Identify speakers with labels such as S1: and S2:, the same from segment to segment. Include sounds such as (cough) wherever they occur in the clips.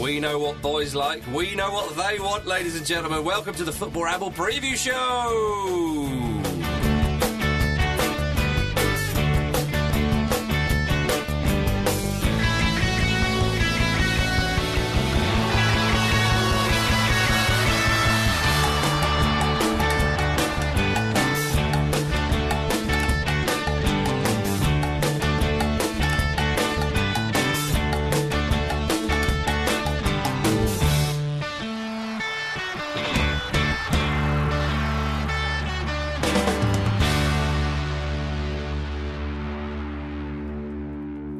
S1: We know what boys like. We know what they want, ladies and gentlemen. Welcome to the Football Ramble Preview Show.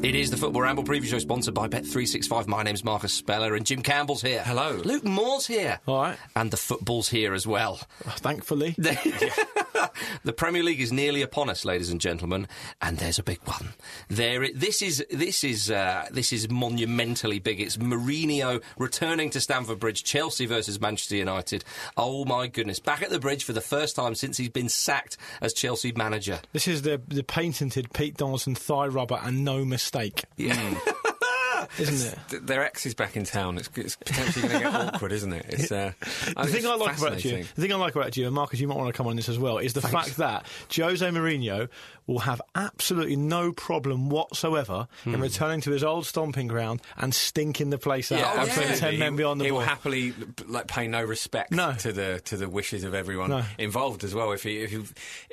S1: It is the Football Ramble Preview Show, sponsored by Bet365. My name's Marcus Speller, and Jim Campbell's here.
S2: Hello.
S1: Luke Moore's here.
S2: All right.
S1: And the football's here as well.
S2: Thankfully.
S1: The, (laughs) the Premier League is nearly upon us, ladies and gentlemen, and there's a big one. There, i- this is this is uh, this is monumentally big. It's Mourinho returning to Stamford Bridge, Chelsea versus Manchester United. Oh my goodness! Back at the bridge for the first time since he's been sacked as Chelsea manager.
S2: This is the the patented Pete Donaldson thigh rubber and no mistake,
S3: Yeah.
S2: (laughs) isn't it?
S3: Th- Their ex is back in town. It's, it's potentially
S2: (laughs)
S3: going to get awkward, isn't it? It's, uh, I
S2: The
S3: think
S2: thing
S3: it's
S2: I like about you,
S3: fascinating.
S2: the thing I like about you, and Marcus, you might want to come on this as well, is the fact that Jose Mourinho will have absolutely no problem whatsoever
S3: Hmm.
S2: in returning to his old stomping ground and stinking the place out.
S3: Yeah,
S2: and putting ten
S3: absolutely.
S2: men behind the
S3: he
S2: ball.
S3: will happily b- like pay no respect
S2: No.
S3: to the to the wishes of everyone
S2: No.
S3: involved as well. If he, if he,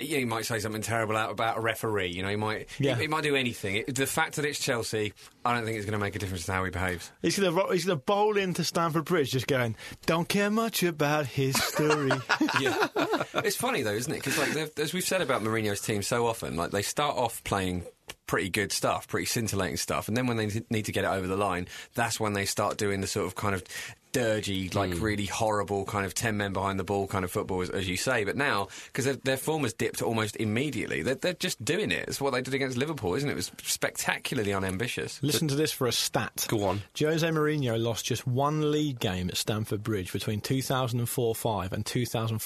S3: you know, he might say something terrible out about a referee, you know, he might he-
S2: Yeah.
S3: he, might do anything. It, the fact that it's Chelsea, I don't think it's going to make a difference to how he behaves.
S2: He's going to he's going to bowl into Stamford Bridge, just going, "Don't care much about
S3: (laughs)
S2: history."
S3: yeah. it's funny though, isn't it? Because like they've- as we've said about Mourinho's team so often, like they start off playing pretty good stuff, pretty scintillating stuff, and then when they t- need to get it over the line, that's when they start doing the sort of kind of dirgy, like really horrible kind of ten men behind the ball kind of football, as, as you say. But now, because their, their form has dipped almost immediately, they're, they're just doing it. It's what they did against Liverpool, isn't it? It was spectacularly unambitious.
S2: Listen to this for a stat.
S1: Go on.
S2: Jose Mourinho lost just one league game at Stamford Bridge between 2004-5 and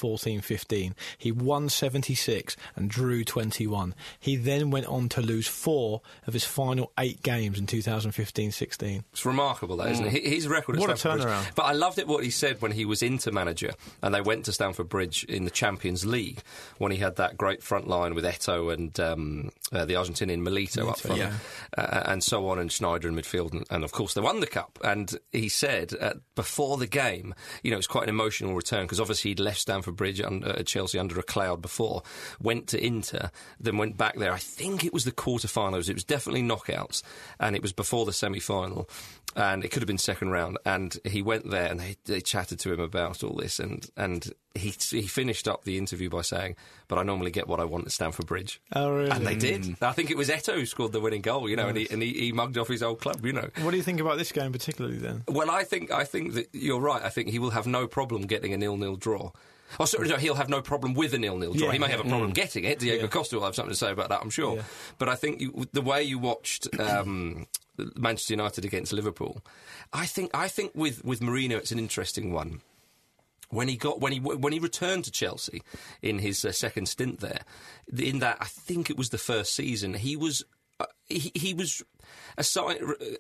S2: 2014-15. He won 76 and drew 21. He then went on to lose four of his final eight games in 2015-16.
S1: It's remarkable, that, isn't it? Hi- His record at
S2: Mm. What a
S1: Stamford Bridge.
S2: turnaround.
S1: But I loved it what he said when he was into manager and they went to Stamford Bridge in the Champions League when he had that great front line with Eto and um, uh, the Argentinian Milito, up front
S3: yeah.
S1: uh, and so on and Schneider in midfield and, and of course they won the cup and he said uh, before the game you know it's quite an emotional return because obviously he'd left Stamford Bridge under, uh, Chelsea under a cloud before went to Inter then went back there I think it was the quarterfinals it was definitely knockouts and it was before the semi-final and it could have been second round and he went there and they, they chatted to him about all this and and he, he finished up the interview by saying but I normally get what I want at Stamford Bridge
S2: Oh, really?
S1: and they did. I think it was Eto who scored the winning goal, you know, and, he, and he, he mugged off his old club, you know.
S2: What do you think about this game particularly then?
S1: Well, I think I think that you're right. I think he will have no problem getting a nil-nil draw. Oh, sorry, no, he'll have no problem with a nil-nil draw.
S2: Yeah. Mm.
S1: he may have a problem getting it. Diego Costa will have something to say about that, I'm sure.
S2: Yeah.
S1: But I think you, the way you watched um, (clears throat) Manchester United against Liverpool, I think I think with with Mourinho, it's an interesting one when he got when he when he returned to Chelsea in his uh, second stint there, in that I think it was the first season, he was uh, he, he was aside, re- uh,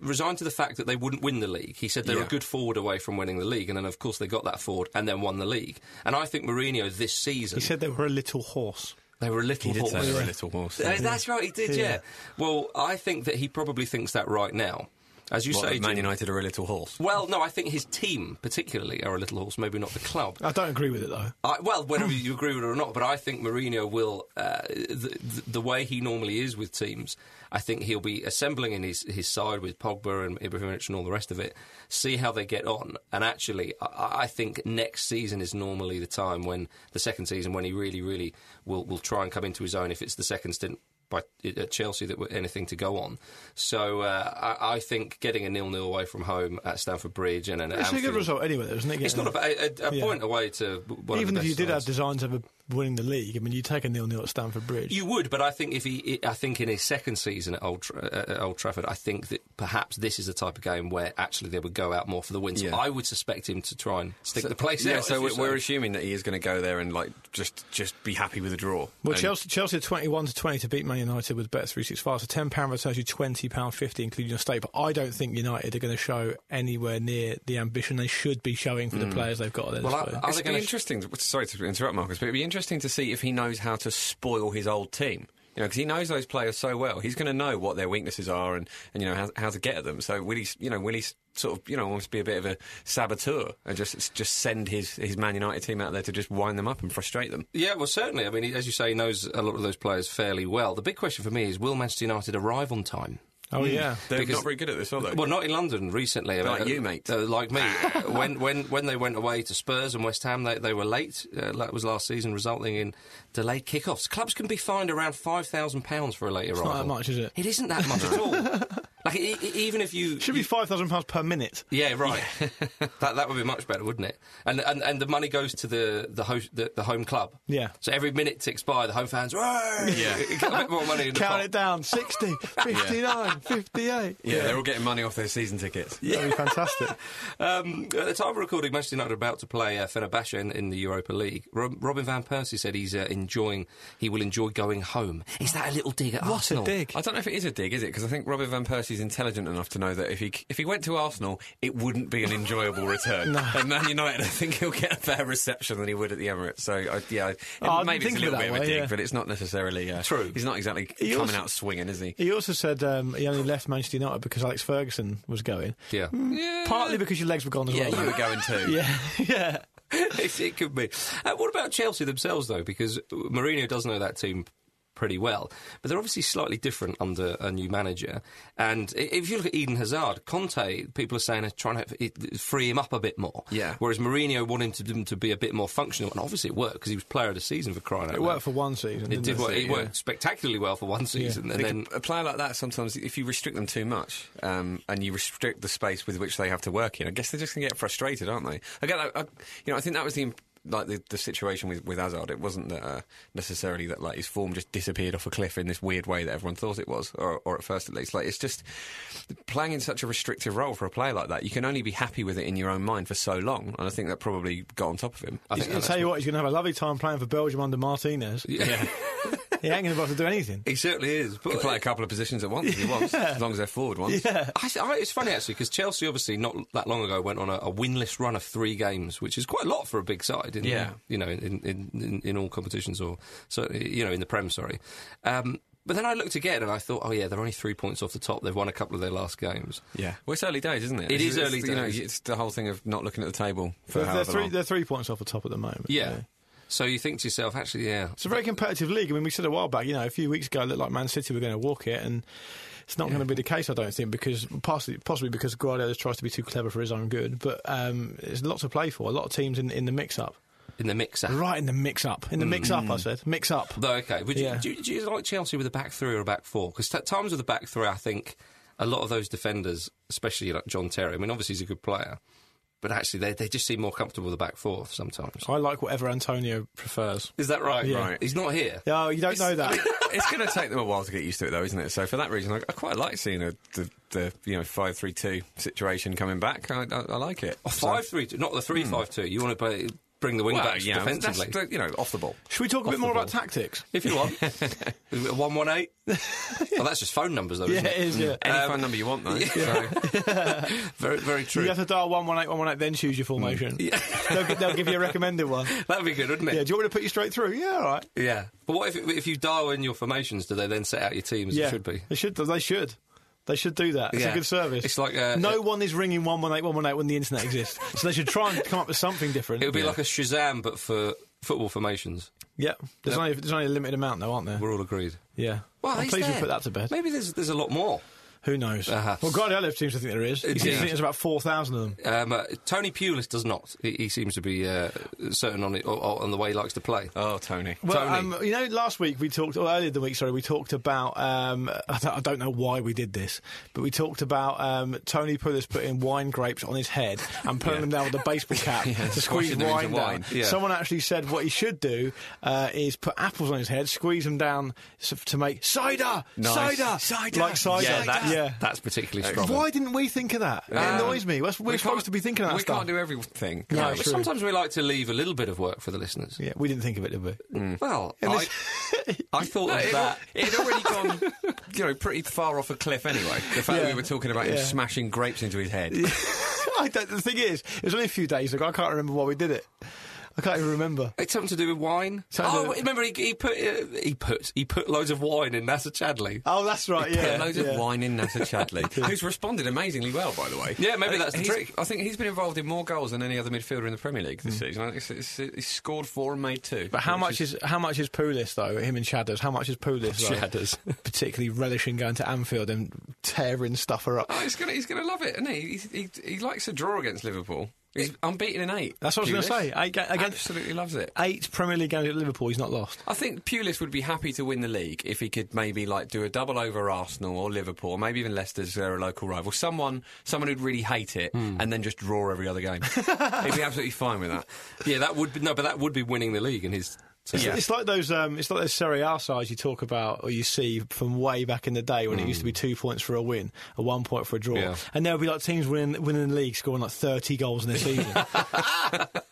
S1: resigned to the fact that they wouldn't win the league. He said they were a
S3: Yeah.
S1: good forward away from winning the league, and then of course they got that forward and then won the league. And I think Mourinho this season
S2: He said they were a little horse.
S1: they were a little
S3: He did
S1: horse.
S3: say they're a little horse.
S1: Uh, That's right, he did, yeah.
S2: Yeah.
S1: Well, I think that he probably thinks that right now. As you
S3: What,
S1: say,
S3: Man
S1: Jim-
S3: United are a little horse.
S1: Well, no, I think his team particularly are a little horse, maybe not the club.
S2: I don't agree with it though.
S1: I, well, whether you agree with it or not, but I think Mourinho will uh, the, the- the way he normally is with teams. I think he'll be assembling in his, his side with Pogba and Ibrahimovic and all the rest of it. See how they get on, and actually, I, I think next season is normally the time when the second season when he really, really will will try and come into his own. If it's the second stint. By, at Chelsea, that were anything to go on. So uh, I, I think getting a nil-nil away from home at Stamford Bridge and an
S2: It's a good
S1: Anfield-
S2: result anyway, though, isn't it?
S1: It's not a, ba- a, a
S2: Yeah.
S1: point away to one of
S2: Even
S1: the
S2: if you
S1: best
S2: did have
S1: sides.
S2: designs of winning the league, I mean, you take a nil-nil at Stamford Bridge.
S1: You would, but I think if he, I think in his second season at Old, Tra- uh, at Old Trafford, I think that perhaps this is the type of game where actually they would go out more for the win. So
S3: Yeah.
S1: I would suspect him to try and stick the place
S3: yeah,
S1: out.
S3: so
S1: as
S3: we're,
S1: you
S3: we're
S1: say.
S3: assuming that he is going to go there and like just just be happy with a draw.
S2: Well,
S3: And-
S2: Chelsea, Chelsea are 21 to 20 to beat Man United with Bet365. So £10 returns you £20.50, including your stake. But I don't think United are going to show anywhere near the ambition they should be showing for the players they've got at their
S1: Mm. Well, I-
S2: disposal.
S1: I- Are they
S3: It'd be
S1: gonna sh-
S3: interesting. to- sorry to interrupt, Marcus, but it'd be interesting to see if he knows how to spoil his old team. You know, because he knows those players so well, he's going to know what their weaknesses are and, and you know how, how to get at them. So will he, s- you know, will he s- sort of you know almost be a bit of a saboteur and just s- just send his his Man United team out there to just wind them up and frustrate them?
S1: Yeah, well, certainly. I mean, he- as you say, he knows a lot of those players fairly well. The big question for me is: Will Manchester United arrive on time?
S2: oh, yeah.
S3: They're
S1: Because-
S3: not very good at this, are they?
S1: Well, not in London recently. I mean,
S3: Like
S1: uh,
S3: you, mate.
S1: uh, like
S3: (laughs)
S1: me. Uh, when when when they went away to Spurs and West Ham, they, they were late. Uh, that was last season, resulting in delayed kickoffs. Clubs can be fined around five thousand pounds for a late arrival.
S2: not that much, is it?
S1: It isn't that much at
S2: (laughs)
S1: all. Like e- e- even if you
S2: Should be £5,000 per minute.
S1: yeah,
S2: (laughs)
S1: right. that that would be much better, wouldn't it? And and, and the money goes to the the, host, the the home club.
S2: Yeah.
S1: So every minute ticks by, the home fans. Yeah. (laughs) a bit more money in the
S2: Count
S1: pot.
S2: it down (laughs) 60, 59, (laughs) 58.
S3: yeah, they're all getting money off their season tickets.
S2: That'd be fantastic.
S1: Um, at the time of recording, Manchester United are about to play uh, Fenerbahce in, in the Europa League. Rob, Robin van Persie said he's uh, enjoying. He will enjoy going home. Is that a little dig at
S2: What
S1: Arsenal?
S2: a dig.
S3: I don't know if it is a dig, is it? Because I think Robin van Persie's intelligent enough to know that if he if he went to Arsenal, it wouldn't be an
S2: (laughs)
S3: enjoyable return. And Man United, (laughs) I think he'll get a better reception than he would at the Emirates. So I, yeah, I- it,
S2: Oh, I didn't
S3: maybe
S2: think
S3: it's a
S2: of it that
S3: little bit of
S2: way,
S3: a dig,
S2: yeah.
S3: but it's not necessarily uh,
S1: True.
S3: He's not exactly
S2: He
S3: coming
S2: also-
S3: out swinging, is he?
S2: He also said um, he only left Manchester United because Alex Ferguson was going.
S1: Yeah.
S2: Hmm. Partly because your legs were gone as
S3: Yeah,
S2: well.
S3: you
S2: (laughs)
S3: were going too.
S2: yeah, yeah.
S1: it, (laughs) it could be. Uh, what about Chelsea themselves, though? Because Mourinho does know that team pretty well, but they're obviously slightly different under a new manager. And i- if you look at Eden Hazard, Conte, people are saying are trying to it- free him up a bit more.
S3: Yeah.
S1: Whereas Mourinho wanted him to, him to be a bit more functional, and obviously it worked because he was player of the season for crying out
S2: It
S1: loud.
S2: worked for one season.
S1: It
S2: didn't
S1: did work. It
S3: yeah.
S1: worked spectacularly well for one season,
S3: I
S1: and
S3: think
S1: then
S3: a player like that sometimes, if you restrict them too much, um, and you restrict the space with which they have to work in, I guess they're just going to get frustrated, aren't they? I get, that- I, you know, I think that was the imp- like the, the situation with with Hazard. It wasn't that uh, necessarily that like his form just disappeared off a cliff in this weird way that everyone thought it was, or, or at first at least. Like it's just playing in such a restrictive role for a player like that. You can only be happy with it in your own mind for so long, and I think that probably got on top of him.
S1: I (laughs)
S2: He's
S1: think
S2: going to tell you what, he's going to have a lovely time playing for Belgium under Martinez.
S1: yeah.
S2: He ain't going to be able to do anything.
S1: he certainly is.
S3: He
S1: But
S3: can play a couple of positions at once if he
S1: (laughs)
S3: wants, as long as they're forward ones.
S1: I, th- I, it's funny actually because Chelsea obviously not that long ago went on a, a winless run of three games, which is quite a lot for a big side. In,
S3: Yeah.
S1: you know, in, in, in, in all competitions or certainly you know in the Prem, sorry. Um, but then I looked again and I thought, oh yeah, they're only three points off the top. They've won a couple of their last games.
S3: Yeah. Well, it's early days, isn't it?
S1: It
S3: It's-
S1: is
S3: it's-
S1: early
S3: you know,
S1: days.
S3: it's the whole thing of not looking at the table for
S2: They're, they're
S3: however
S2: three,
S3: long.
S2: they're three points off the top at the moment.
S1: Yeah. So you think to yourself, actually, yeah,
S2: It's a very competitive league. I mean, we said a while back, you know, a few weeks ago, it looked like Man City were going to walk it, and it's not going to be the case, I don't think, because possibly, possibly because Guardiola tries to be too clever for his own good. But um, there's a lot to play for, a lot of teams in, in the mix up.
S1: in the mixer.
S2: Right in the mix up. In the mix up, I
S3: Mm.
S2: said. Mix up.
S1: Though, okay. Would you,
S2: Yeah.
S1: do, you, do you like Chelsea with a back three or a back four? Because at times with a back three, I think a lot of those defenders, especially like John Terry, I mean, obviously he's a good player, but actually they, they just seem more comfortable with a back four sometimes.
S2: I like whatever Antonio prefers.
S1: Is that right?
S2: Yeah.
S1: Right. He's not here.
S2: Oh, you don't know
S3: (laughs)
S2: that.
S3: it's going to take them a while to get used to it, though, isn't it? So for that reason, I, I quite like seeing a, the, the you know five three two situation coming back. I, I, I like it.
S1: Oh, five three two, not the three five two. You want to play, bring the wing
S3: Hmm. Well,
S1: backs
S3: you know, that's
S1: defensively.
S3: the- you know, off the (laughs) ball.
S2: Should we talk a bit more about tactics?
S1: if you want, one one
S2: (laughs)
S1: eight. Well, that's just phone numbers, though.
S2: Yeah,
S1: isn't
S2: it is, yeah.
S3: (laughs) Any phone number you want, (laughs) though. So.
S1: Very, very true.
S2: You have to dial 118118, then choose your
S3: Mm.
S2: formation. they'll, gi- they'll give you a recommended one.
S1: That'd be good, wouldn't it?
S2: Yeah, do you want me to put you straight through? Yeah, all right.
S1: Yeah. But what if, if you dial in your formations? Do they then set out your team as
S2: yeah.
S1: it should be?
S2: They should. They should. They should do that. It's
S1: Yeah.
S2: a good service.
S1: It's like, uh,
S2: no
S1: uh,
S2: one is ringing one one eight one one eight when the internet exists. (laughs) so they should try and come up with something different.
S1: It would be
S2: yeah.
S1: like a Shazam, but for football formations.
S2: yeah. There's only there's only a limited amount though, aren't there?
S1: We're all agreed.
S2: Yeah. I'm
S1: he's
S2: pleased we
S1: there.
S2: put that to bed.
S1: Maybe there's there's a lot more.
S2: Who knows?
S1: Uh-huh.
S2: Well, Guardiola seems to think there is. He seems to
S1: Yeah.
S2: think there's about four thousand of them.
S1: Um, uh, Tony Pulis does not. He, he seems to be uh, certain on it or, or on the way he likes to play.
S3: (laughs) Oh, Tony.
S2: Well,
S1: Tony.
S2: um, you know, last week we talked, or earlier the week, sorry, we talked about. Um, (laughs) I, don't, I don't know why we did this, but we talked about um, Tony Pulis putting wine grapes on his head and pulling them down with a
S3: (laughs)
S2: baseball cap to squeeze
S3: squashing them into
S2: wine down.
S3: wine.
S1: Yeah.
S2: Someone actually said what he should do uh, is put apples on his head, squeeze them down s- to make cider,
S3: Nice.
S2: cider,
S3: Cider.
S2: like cider.
S1: yeah, that's,
S2: yeah.
S1: that's particularly strong.
S2: Why didn't we think of that?
S3: Um,
S2: it annoys me. We're, we're
S3: we can't-
S2: supposed to be thinking of that
S3: We
S2: stuff.
S3: can't do everything.
S1: No,
S2: Yeah,
S1: Uh, but
S2: true.
S1: sometimes we like to leave a little bit of work for the listeners.
S2: yeah, we didn't think of it, did we?
S3: Mm.
S2: (laughs)
S1: Well, I, I thought
S3: No,
S1: of
S3: it,
S1: that.
S3: it had already (laughs) gone, you know, pretty far off a cliff anyway. The fact that
S2: Yeah.
S3: we were talking about
S2: Yeah.
S3: him smashing grapes into his head.
S2: (laughs) I don't, the thing is, it was only a few days ago. I can't remember why we did it. I can't even remember.
S1: It's something to do with wine.
S2: Something to
S1: oh,
S2: do with-
S1: remember he, he put uh, he put he put loads of wine in Nasa Chadley.
S2: Oh, that's right. Yeah,
S3: Put loads
S2: yeah.
S3: of wine in
S2: (laughs)
S3: Nasser Chadley, who's responded amazingly well, by the way.
S1: Yeah, maybe
S3: I think
S1: that's the
S3: he's-
S1: trick.
S3: I think he's been involved in more goals than any other midfielder in the Premier League this season. I think it's, it's, it's, he's scored four and made two.
S2: Hmm. But how
S3: which
S2: much is, how much is Pulis though? Him and Shadders. How much is Pulis? though,
S1: Shadders.
S2: (laughs) particularly relishing going to Anfield and tearing stuff up.
S3: Oh, he's gonna he's gonna love it, isn't he? He, he, he likes a draw against Liverpool. He's unbeaten in eight.
S2: That's what I was going to say.
S3: Pulis.
S2: Eight, ga- against
S3: Absolutely loves it.
S2: eight Premier League games at Liverpool, he's not lost.
S3: I think Pulis would be happy to win the league if he could maybe like do a double over Arsenal or Liverpool, or maybe even Leicester's they're a local rival. Someone, someone who'd really hate it
S2: Hmm.
S3: and then just draw every
S2: (laughs)
S3: other game. He'd be absolutely fine with that.
S1: Yeah, that would be, no, but that would be winning the league in his. terms.
S3: Yeah.
S2: It's like those, um, it's like those Serie A sides you talk about or you see from way back in the day when it used to be two points for a win, a one point for a draw,
S1: Mm. Yeah.
S2: and there'll be like teams winning, winning the league scoring like thirty goals in a season.
S1: (laughs)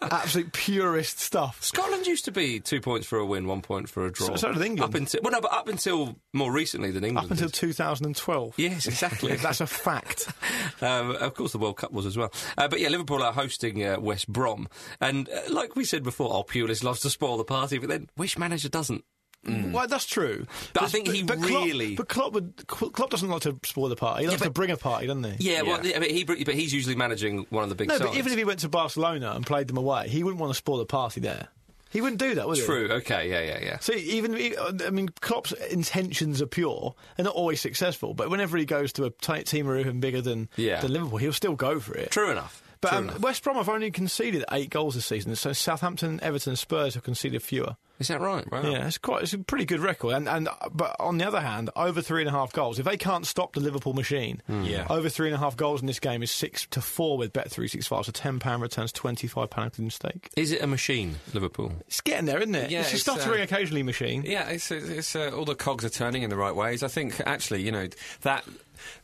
S2: Absolute purist stuff.
S1: Scotland used to be two points for a win, one point for a draw.
S2: So- so did England.
S1: Up until well, no, but up until more recently than England.
S2: Up until
S1: did.
S2: 2012.
S1: yes, exactly.
S2: (laughs) That's a fact.
S1: (laughs) um, of course, the World Cup was as well. Uh, but yeah, Liverpool are hosting uh, West Brom, and uh, like we said before, oh, Pulis loves to spoil the party, but then which manager doesn't?
S2: Well, that's true.
S1: Mm. But I think he
S2: Klopp-
S1: really-
S2: but Klopp, would, Klopp doesn't like to spoil the party. He likes to bring a party, doesn't he?
S1: Yeah, well,
S3: Yeah.
S1: I mean, he, but he's usually managing one of the big
S2: No,
S1: sides.
S2: but even if he went to Barcelona and played them away, he wouldn't want to spoil the party there. He wouldn't do that, would he?
S1: True. Okay. Yeah. Yeah. Yeah.
S2: See, even e, uh, I mean, Klopp's intentions are pure. They're not always successful, but whenever he goes to a t- team or even bigger than,
S1: Yeah.
S2: than Liverpool, he'll still go for it.
S1: True enough.
S2: But
S1: True
S2: um,
S1: enough.
S2: West Brom have only conceded eight goals this season, so Southampton, Everton, and Spurs have conceded fewer.
S1: Is that right? Wow.
S2: Yeah, it's quite it's a pretty good record. And and uh, but on the other hand, over three and a half goals. If they can't stop the Liverpool machine,
S3: Yeah.
S2: over three and a half goals in this game is six to four with bet three six five. So ten pound returns twenty five pound including stake.
S1: Is it a machine, Liverpool?
S2: It's getting there, isn't it?
S3: Yeah,
S2: it's a
S3: it's,
S2: stuttering
S3: uh,
S2: occasionally machine.
S3: Yeah, it's, it's, it's uh, all the cogs are turning in the right ways. I think actually, you know, that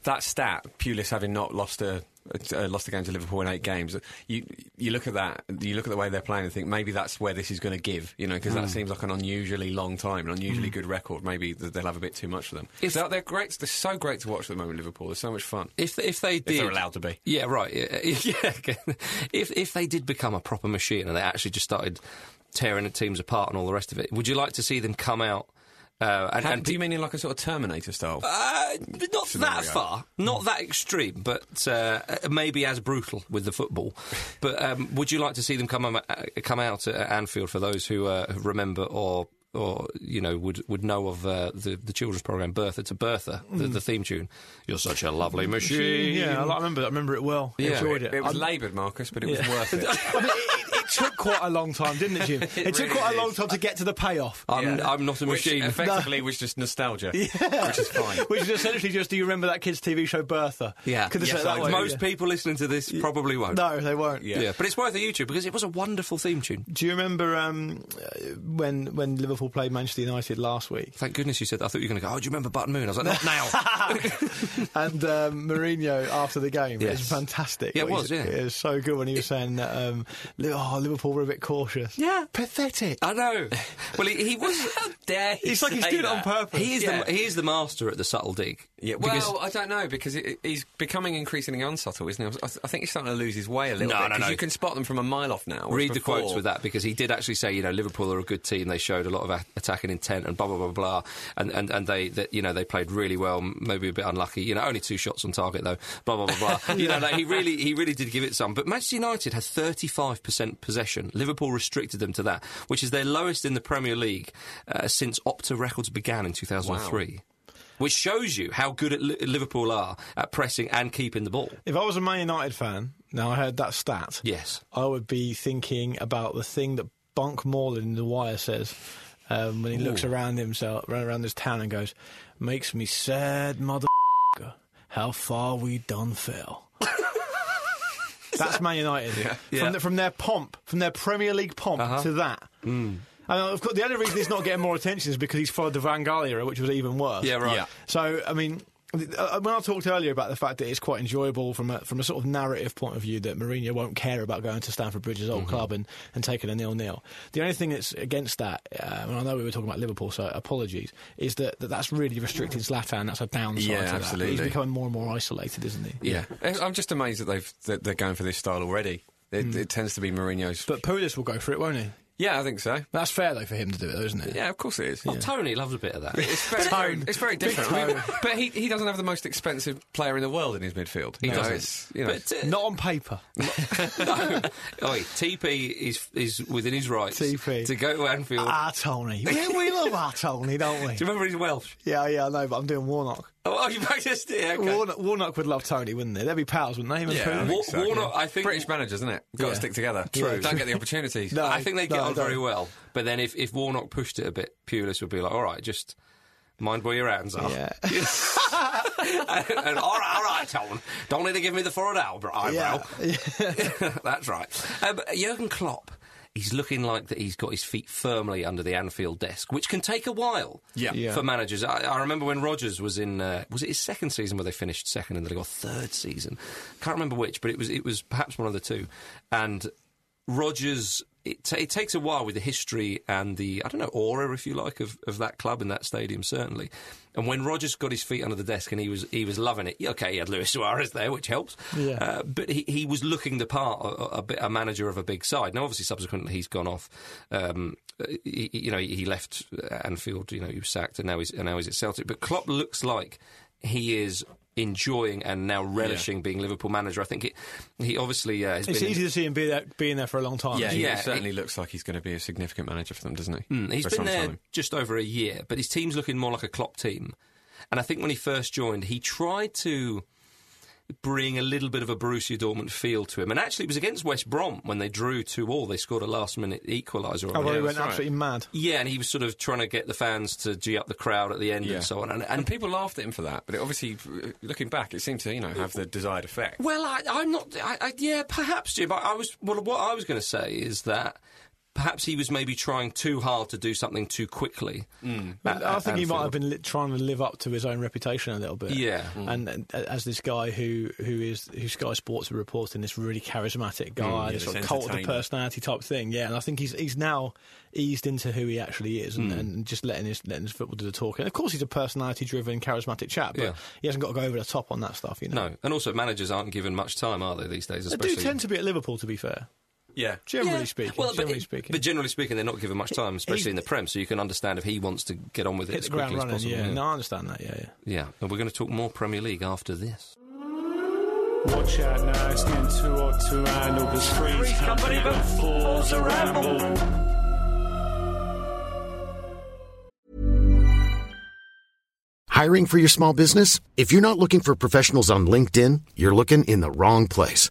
S3: that stat, Pulis having not lost a. Uh, lost a game to Liverpool in eight games. You you look at that, you look at the way they're playing, and think maybe that's where this is going to give. You know, because that seems like an unusually long time, an unusually good record. Maybe th- they'll have a bit too much for them.
S1: If-
S3: they're, they're great. They're so great to watch at the moment. Liverpool. They're so much fun.
S1: If if they did,
S3: If they're allowed to be.
S1: Yeah. Right. Yeah. (laughs) yeah. if if they did become a proper machine and they actually just started tearing the teams apart and all the rest of it, would you like to see them come out? Uh, and,
S3: How-
S1: and
S3: do you mean in like a sort of Terminator style?
S1: Uh, not
S3: Scenario.
S1: that far, not that extreme, but uh, maybe as brutal with the (laughs) football. But um, would you like to see them come um, uh, come out at Anfield for those who uh, who remember or or you know would would know of uh, the the children's program Bertha to Bertha, the, the theme tune. Mm. You're such a lovely machine.
S2: Yeah, I, like- I remember. I remember it well. I
S1: Yeah.
S2: enjoyed it.
S3: it was
S2: I'm-
S3: laboured, Marcus, but it was worth it.
S2: I mean, it, it, it took quite a long time,
S1: (laughs)
S2: didn't it, Jim? It, took
S3: really
S2: quite a
S3: did.
S2: long time to get to the payoff.
S1: I'm,
S3: Yeah.
S1: I'm not a
S3: Which uh,
S1: machine.
S3: effectively was just nostalgia, which is fine.
S2: Which is essentially just, do you remember that kids' TV show Bertha?
S1: yeah,
S2: Could have said
S1: Yes,
S2: it that
S1: I
S2: way.
S1: do. most people listening to this probably won't.
S2: No, they won't.
S1: Yeah. but it's worth a YouTube because it was a wonderful theme tune.
S2: Do you remember um, uh, when when Liverpool played Manchester United
S1: (laughs)
S2: last week?
S1: Thank goodness you said. that. I thought you were going to go. Oh, do you remember Button Moon? I was like, not now. (laughs)
S2: and um, Mourinho after the game, it
S1: Yes.
S2: was fantastic.
S1: Yeah, it
S2: What he
S1: was,
S2: said-
S1: yeah.
S2: it was so good when he was saying that. Um, Li- oh, Liverpool were a bit cautious.
S3: Yeah.
S2: Pathetic.
S1: I know. Well, he, he was.
S3: How dare he
S2: It's like he's
S3: say
S2: doing it on
S3: that?
S2: purpose.
S1: He is
S3: Yeah.
S1: the he is the master at the subtle dig.
S3: Yeah, well,
S1: Because-
S3: I don't know because it, he's becoming increasingly unsubtle, isn't he? I, I think he's starting to lose his way a little
S1: No,
S3: bit
S1: no, no.
S3: you can spot them from a mile off now. whereas
S1: read the
S3: before-
S1: quotes with that because he did actually say, you know, Liverpool are a good team. They showed a lot of a- attacking intent and blah blah blah blah, and and and they, that you know they played really well. m- Maybe a bit unlucky, you know, only two shots on target though. Blah blah blah
S3: (laughs)
S1: blah. you know, like, he really he really did give it some. But Manchester United had 35% possession. Liverpool restricted them to that, which is their lowest in the Premier League uh, since Opta records began in 2003. Which shows you how good at Li- Liverpool are at pressing and keeping the ball.
S2: If I was a Man United fan, now I heard that stat,
S1: Yes.
S2: I would be thinking about the thing that Bonk Morlin in The Wire says um, when he looks around himself, right around this town, and goes, "Makes me sad, mother, how far we
S1: (laughs)
S2: done fell." That's Man United.
S1: Yeah. Uh-huh.
S2: From, the, from their pomp, from their Premier League pomp to that. And of course, the only reason he's not getting more attention is because he's followed the Vangal era, which was even worse.
S1: Yeah, right. Yeah.
S2: So, I mean, th- uh, when I talked earlier about the fact that it's quite enjoyable from a, from a sort of narrative point of view that Mourinho won't care about going to Stamford Bridge's
S3: Mm-hmm.
S2: old club and, and taking a nil-nil. The only thing that's against that, uh, and I know we were talking about Liverpool, so apologies, is that, that that's really restricted Zlatan. That's a downside
S3: Yeah,
S2: to that.
S3: absolutely.
S2: He's becoming more and more isolated, isn't he?
S3: Yeah, I'm just amazed that they've that they're going for this style already. It, it tends to be Mourinho's.
S2: Hmm. But Pulis will go for it, won't he?
S3: yeah, I think so.
S2: That's fair, though, for him to do it, though, isn't it?
S3: Yeah, of course it is.
S1: Oh, Tony loved a bit of
S3: (laughs)
S1: that.
S3: It's very,
S2: Tone.
S3: it's very
S2: Big
S3: different. I mean,
S2: tone.
S3: (laughs) but he, he doesn't have the most expensive player in the world in his midfield. He
S1: doesn't.
S3: It's, you know,
S1: But, uh,
S2: Not on paper.
S1: no. (laughs) Oi, TP is is within his rights
S2: TP.
S1: to go to Anfield.
S2: Our Ah, Tony. We, we love our Tony, don't we?
S1: Do you remember he's Welsh?
S2: (laughs) Yeah, yeah, I know, but I'm doing Warnock.
S1: Oh, oh, you practiced it. Okay.
S2: Warnock, Warnock would love Tony, wouldn't they? They'd be pals, wouldn't they? him and
S3: yeah,
S2: Poole?
S3: I think
S1: War- Warnock, I think-
S3: British managers, isn't it? Got to
S2: Yeah.
S3: stick together.
S2: True.
S3: Don't get the opportunities.
S2: No.
S1: I think they get
S2: No, I
S1: on
S2: don't.
S1: very well. But then if, if Warnock pushed it a bit, Pulis would be like, all right, just mind where your hands are.
S2: Yeah.
S1: (laughs) and, and, all right, all right, Tom. Don't need to give me the forehead eyebrow.
S2: Yeah. (laughs)
S1: (laughs) That's right. Um, Jurgen Klopp. He's looking like that. He's got his feet firmly under the Anfield desk, which can take a while.
S3: Yeah. Yeah.
S1: for managers. I, I remember when Rodgers was in. Uh, was it his second season where they finished second in the league, or third season? Can't remember which, but it was. It was perhaps one of the two. And Rodgers. It, ta it takes a while with the history and the I don't know aura, if you like, of, of that club and that stadium certainly. And when Rodgers got his feet under the desk and he was he was loving it. yeah, Okay, he had Luis Suarez there, which helps.
S2: Yeah.
S1: Uh, but he, he was looking the part a, a, bit- a manager of a big side. Now, obviously, subsequently he's gone off. Um, he, he- you know, he left Anfield. You know, he was sacked, and now he's and now he's at Celtic. But Klopp looks like he is enjoying and now relishing being Liverpool manager. I think it, he obviously uh, has
S2: It's
S1: been.
S2: easy to see him be there, being there for a long time.
S3: Yeah,
S2: isn't it? Hmm,
S3: he
S1: Yeah,
S3: certainly looks like he's going to be a significant manager for them, doesn't he?
S1: Mm, He's
S3: for
S1: been
S3: some
S1: there
S3: time.
S1: just over a year, but his team's looking more like a Klopp team. And I think when he first joined, he tried to bring a little bit of a Borussia Dortmund feel to him. And actually, it was against West Brom when they drew two all. They scored a last-minute equaliser.
S2: Oh,
S1: on
S2: well,
S1: it.
S2: he went
S3: that's right.
S2: absolutely mad.
S1: Yeah, and he was sort of trying to get the fans to g up the crowd at the end
S3: Yeah.
S1: and so on. And,
S3: And
S1: and
S3: people laughed at him for that, but it obviously, uh, looking back, it seemed to you know have the desired effect.
S1: Well, I, I'm not. I, I, yeah, perhaps, Jim. I, I was. Well, what I was going to say is that perhaps he was maybe trying too hard to do something too quickly.
S2: Hmm.
S1: Uh,
S2: I
S1: at- at
S2: think he might
S1: Anfield.
S2: have been li- trying to live up to his own reputation a little bit.
S1: Yeah. Mm.
S2: and, and uh, as this guy who who is who Sky Sports are reporting this really charismatic
S1: Mm,
S2: guy, this
S3: yeah,
S2: sort of
S3: this
S2: cult of the
S3: entertainer.
S2: personality type thing. Yeah, and I think he's he's now eased into who he actually is
S1: Mm.
S2: and, and just letting his letting his football do the talking. Of course, he's a personality driven, charismatic chap, but
S1: Yeah.
S2: he hasn't got to go over the top on that stuff. You know,
S1: No, and also managers aren't given much time, are they these days?
S2: they
S1: Especially
S2: do tend to be at Liverpool, to be fair.
S3: Yeah,
S2: Generally
S1: Yeah.
S2: speaking,
S1: Well, but,
S2: generally
S1: it-
S2: speaking,
S1: but generally speaking, they're not given much time, especially in the Prem. So you can understand if he wants to get on with it
S2: hit
S1: as
S2: the ground
S1: quickly
S2: running.
S1: as possible.
S2: yeah, no, I understand that. Yeah, yeah.
S1: Yeah. and we're going to talk more Premier League after this.
S4: Watch out now, it's getting too hot to handle. The streets company, but fools a ramble.
S5: Hiring for your small business? If you're not looking for professionals on LinkedIn, you're looking in the wrong place.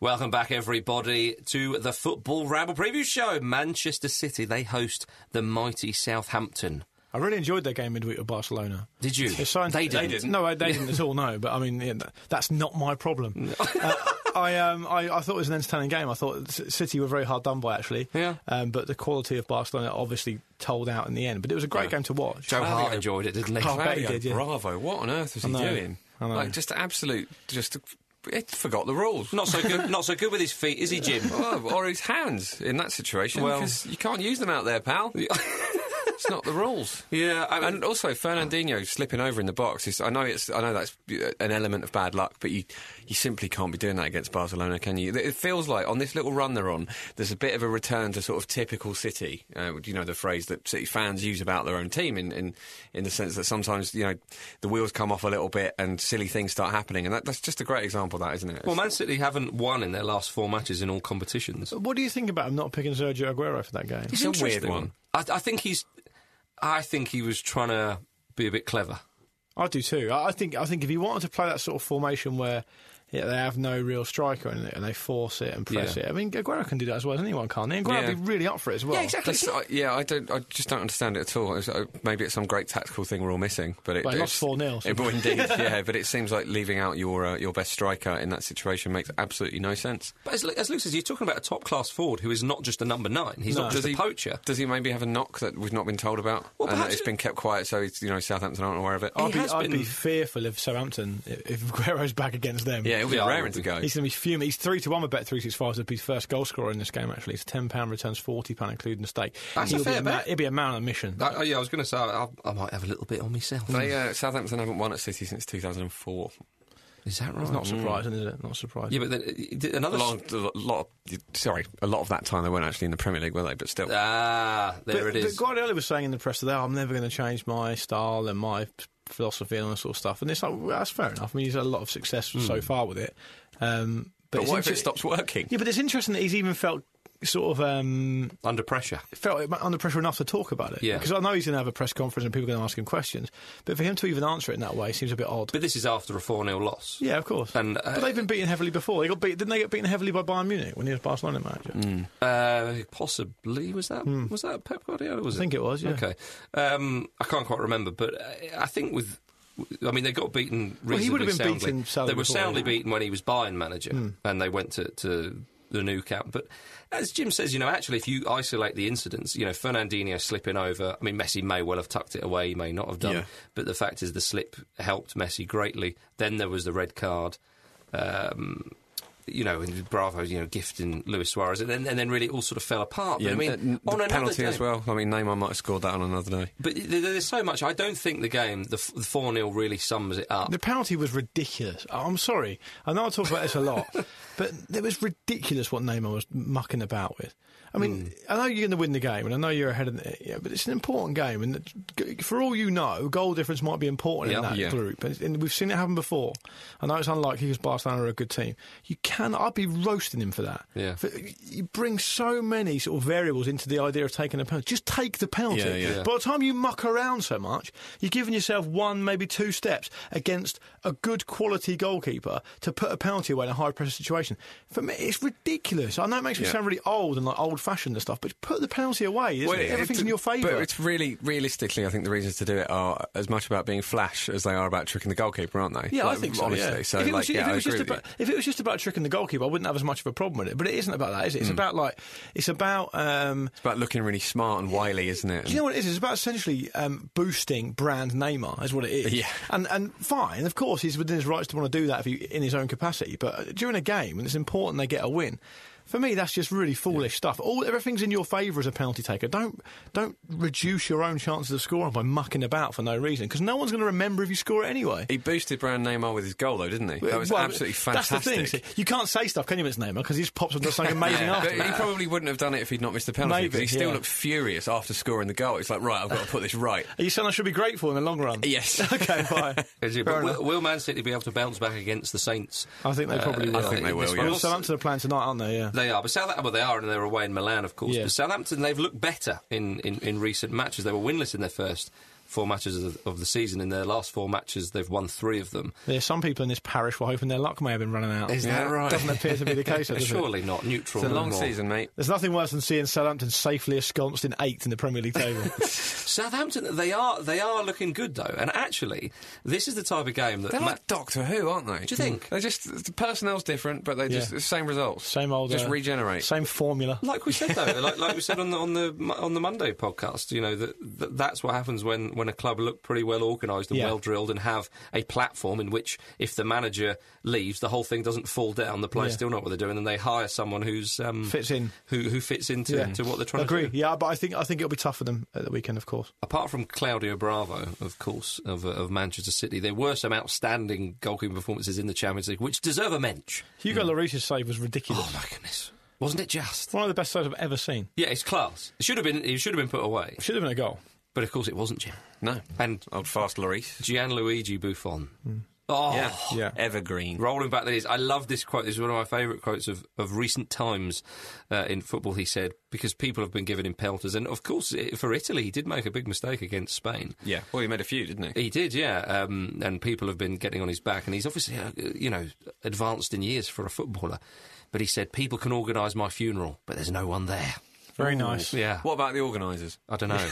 S1: Welcome back, everybody, to the Football Ramble Preview Show. Manchester City, they host the mighty Southampton.
S2: I really enjoyed their game midweek with Barcelona.
S1: Did you?
S2: It's so-
S1: They didn't.
S2: No,
S1: (laughs)
S2: they didn't at all. No, but I mean, yeah, th- that's not my problem. Uh, I, um, I I thought it was an entertaining game. I thought C- City were very hard done by actually.
S1: Yeah.
S2: Um, but the quality of Barcelona obviously told out in the end. But it was a great
S1: Yeah.
S2: game to watch.
S1: Joe Hart enjoyed it, didn't he?
S2: Oh, I bet he
S3: Claudio
S2: did, yeah.
S3: Bravo, what on earth was he
S2: I know,
S3: doing?
S2: I know.
S3: Like just absolute, just it forgot the rules.
S1: Not so good. Not so good with his feet, is he,
S2: (laughs)
S1: Jim?
S3: Well, or his hands in that situation
S1: Well-
S3: because you can't use them out there, pal. (laughs) it's not the rules.
S1: Yeah, I mean-
S3: and also Fernandinho slipping over in the box. Is, I know it's I know that's an element of bad luck, but you you simply can't be doing that against Barcelona, can you? It feels like on this little run they're on, there's a bit of a return to sort of typical City. Uh, you know the phrase that City fans use about their own team, in, in in the sense that sometimes you know the wheels come off a little bit and silly things start happening, and that, that's just a great example of that, isn't it?
S1: Well, Man City haven't won in their last four matches in all competitions.
S2: What do you think about him not picking Sergio Aguero for that game?
S3: It's a weird one.
S1: I, I think he's. I think he was trying to be a bit clever.
S2: I do too. I I think I think if you wanted to play that sort of formation where yeah, they have no real striker in it and they force it and press
S1: Yeah.
S2: it, I mean Aguero can do that as well as anyone can. And Aguero
S3: Yeah.
S2: would be really up for it as well.
S3: Yeah, exactly. Oh, I, yeah, I don't. I just don't understand it at all. It's, uh, maybe it's some great tactical thing we're all missing. But it,
S2: Well, he
S3: it's-
S2: lost 4-0, so-
S3: It, well, indeed, yeah. But it seems like leaving out your uh, your best striker in that situation makes absolutely no sense.
S1: But as, as Luke says, you're talking about a top class forward who is not just a number nine. He's not just a poacher.
S3: Does he maybe have a knock that we've not been told about,
S1: Well,
S3: and that
S1: perhaps-
S3: it's been kept quiet? So it's, you know Southampton aren't aware of it.
S2: I'd, be,
S1: has
S2: I'd
S1: been-
S2: be fearful of Southampton i- if (laughs) Aguero's back against them.
S3: yeah, it'll be
S1: Yeah, I
S3: raring
S1: would
S3: to
S1: be. (laughs)
S3: go.
S2: He's going to be fuming. He's three to one with Bet three six five to be first goal scorer in this game. Actually, it's ten pound returns forty pound including the stake.
S1: That's a
S2: he'll be
S1: fair
S2: ma-
S1: bet.
S2: he'll be a man on a mission.
S1: I, I- yeah, I was going to say I, I might have a little bit on myself.
S3: They, uh, Southampton haven't won at City since 2004.
S1: is that right?
S2: Not surprising, is it? Not surprising.
S1: Mm. Yeah, but then, uh, d-
S3: A
S1: another.
S3: lot, a lot of, sorry, a lot of that time they weren't actually in the Premier League, were they? But still,
S1: ah, there
S2: but,
S1: it is.
S2: But Guardiola was saying in the press today, "Oh, I'm never going to change my style and my philosophy and all that sort of stuff. And it's like, well, that's fair enough. I mean, he's had a lot of success
S1: Mm.
S2: so far with it. Um,
S3: but
S2: it's
S3: what if
S2: inter-
S3: it stops working?
S2: Yeah, but it's interesting that he's even felt sort of um,
S1: Under pressure.
S2: felt it under pressure enough to talk about it.
S1: Yeah.
S2: Because I know he's going to have a press conference and people are going to ask him questions. But for him to even answer it in that way seems a bit odd.
S1: But this is after a 4 0 loss.
S2: yeah, of course.
S1: And, uh,
S2: but they've been beaten heavily before. They got beat, didn't they get beaten heavily by Bayern Munich when he was Barcelona manager?
S1: Uh, possibly was that was that Pep Guardiola? Was
S2: I
S1: it?
S2: think it was, yeah.
S1: Okay, um, I can't quite remember, but I- I think with. I mean, they got beaten reasonably
S2: Well, he would have been
S1: soundly.
S2: beaten soundly
S1: they were
S2: before,
S1: soundly
S2: yeah. Hmm.
S1: beaten when he was Bayern manager, and they went to, to the new camp. But as Jim says, you know, actually, if you isolate the incidents, you know, Fernandinho slipping over. I mean, Messi may well have tucked it away; he may not have done.
S3: Yeah.
S1: But the fact is, the slip helped Messi greatly. Then there was the red card um, you know, and Bravo, you know, gifting Luis Suarez, and then, and then really it all sort of fell apart. But, I
S3: uh,
S1: mean,
S3: n- the
S1: on another
S3: penalty
S1: day-
S3: as well. I mean, Neymar might have scored that on another day.
S1: But th- th- there's so much. I don't think the game, the f- the four 0 really sums it up.
S2: The penalty was ridiculous. I- I'm sorry. I know I talk about this
S1: (laughs)
S2: a lot, but it was ridiculous what Neymar was mucking about with. I mean,
S1: Mm.
S2: I know you're going to win the game, and I know you're ahead of the, yeah, but it's an important game, and g- for all you know, goal difference might be important in
S1: Yeah.
S2: that
S3: Yeah.
S2: group, and, and we've seen it happen before. I know it's unlikely because Barcelona are a good team. You can, I'd be roasting him for that.
S1: Yeah.
S2: For- you bring so many sort of variables into the idea of taking a penalty. Just take the penalty.
S3: Yeah, yeah.
S2: By the time you muck around so much, you're giving yourself one, maybe two steps against a good quality goalkeeper to put a penalty away in a high pressure situation. For me, it's ridiculous. I know it makes me
S3: Yeah.
S2: sound really old and like old fashioned and stuff, but put the penalty away. Isn't
S3: Well,
S2: it?
S3: it-
S2: Everything's
S3: it-
S2: in your favour.
S3: But it's really, realistically, I think the reasons to do it are as much about being flash as they are about tricking the goalkeeper, aren't they?
S2: Yeah,
S3: Like,
S2: I think so.
S3: Honestly,
S2: yeah.
S3: so
S2: if, it
S3: like,
S2: was,
S3: yeah,
S2: if, it
S3: I
S2: was just
S3: agree with
S2: about, if it was just about tricking the goalkeeper, I wouldn't have as much of a problem with it. But it isn't about that, is it?
S3: Hmm.
S2: It's about like it's about um,
S3: you. It's about looking really smart and wily, isn't it?
S2: Do you know what it is? It's about essentially um, boosting brand Neymar, is what it is.
S3: Yeah.
S2: And and fine, of course, he's within his rights to want to do that if he, in his own capacity. But uh, during a game, when it's important they get a win, for me, that's just really foolish stuff. All everything's in your favour as a penalty taker. Don't don't reduce your own chances of scoring by mucking about for no reason, because no one's going to remember if you score it anyway.
S3: he boosted brand Neymar with his goal, though, didn't he? That was
S2: Well,
S3: absolutely fantastic.
S2: That's the thing. see, You can't say stuff, can you, Mr. Neymar? Because he just pops up and does something amazing
S3: Yeah,
S2: after.
S3: but he probably wouldn't have done it if he'd not missed the penalty.
S2: Maybe,
S3: because he still
S2: yeah.
S3: looked furious after scoring the goal. It's like, right, I've got to put
S2: (laughs)
S3: this right.
S2: Are you saying I should be grateful in the long run?
S3: (laughs) Yes.
S2: okay, bye.
S1: Is it-
S2: Fair
S1: but
S2: enough.
S1: will, will Man City be able to bounce back against the Saints? Uh,
S2: I think they probably will.
S3: I think they will,
S1: this
S3: yeah.
S1: one?
S3: Well,
S2: Southampton are playing tonight, aren't they? Yeah.
S1: They are, but Southampton. Well, they are, and they're away in Milan, of course.
S2: Yeah.
S1: But Southampton, they've looked better in, in, in recent matches. They were winless in their first four matches of the, of the season. In their last four matches, they've won three of them.
S2: There's some people in this parish were hoping their luck may have been running out.
S1: Is that right?
S2: Doesn't appear to be
S1: (laughs)
S2: the case. though, does it?
S1: Surely not. Neutral.
S2: (laughs)
S3: It's a long
S1: more.
S3: season, mate.
S2: There's nothing worse than seeing Southampton safely ensconced in eighth in the Premier
S1: (laughs)
S2: League table.
S1: Southampton, they are they are looking good though, and actually, this is the type of game that
S3: They're
S1: ma-
S3: like Doctor Who, aren't they?
S1: Do you think?
S3: They're just the personnel's different, but they
S2: Yeah.
S3: just the same results.
S2: same old.
S3: Just
S2: uh,
S3: regenerate.
S2: Same formula.
S1: like we said though, like, like we said on the on the Mo- on the Monday podcast, you know that, that that's what happens when when a club look pretty well organised and
S2: Yeah.
S1: well drilled and have a platform in which if the manager leaves, the whole thing doesn't fall down. The players
S2: Yeah.
S1: still know what they're doing, and they hire someone who's um,
S2: Fits in.
S1: who who fits into to what they're trying
S2: Agree.
S1: to do.
S2: Yeah, but I think I think it'll be tough for them at the weekend, of course.
S1: Apart from Claudio Bravo, of course, of, uh, of Manchester City, there were some outstanding goalkeeping performances in the Champions League, which deserve a mensch.
S2: Hugo Lloris's save was ridiculous.
S1: Oh my goodness, wasn't it just?
S2: One of the best saves I've ever seen.
S1: Yeah, it's class. It should have been. It should have been put away,
S2: Should have been a goal.
S1: but of course it wasn't, Jim.
S3: no.
S1: And
S3: Old fast Lloris.
S1: Gianluigi Buffon. Oh,
S3: Hmm. Yeah.
S2: Yeah.
S3: Evergreen.
S1: rolling back the years. I love this quote. This is one of my favourite quotes of, of recent times uh, in football, he said, because people have been giving him pelters. And of course, i for Italy, he did make a big mistake against Spain.
S3: Yeah. Well, he made a few, didn't he?
S1: He did, yeah. Um, and people have been getting on his back. And he's obviously, uh, you know, advanced in years for a footballer. But he said, people can organise my funeral, but there's no one there.
S2: Very nice.
S1: Yeah.
S3: What about
S2: (laughs)
S3: the organisers?
S1: I don't
S3: (laughs)
S1: know.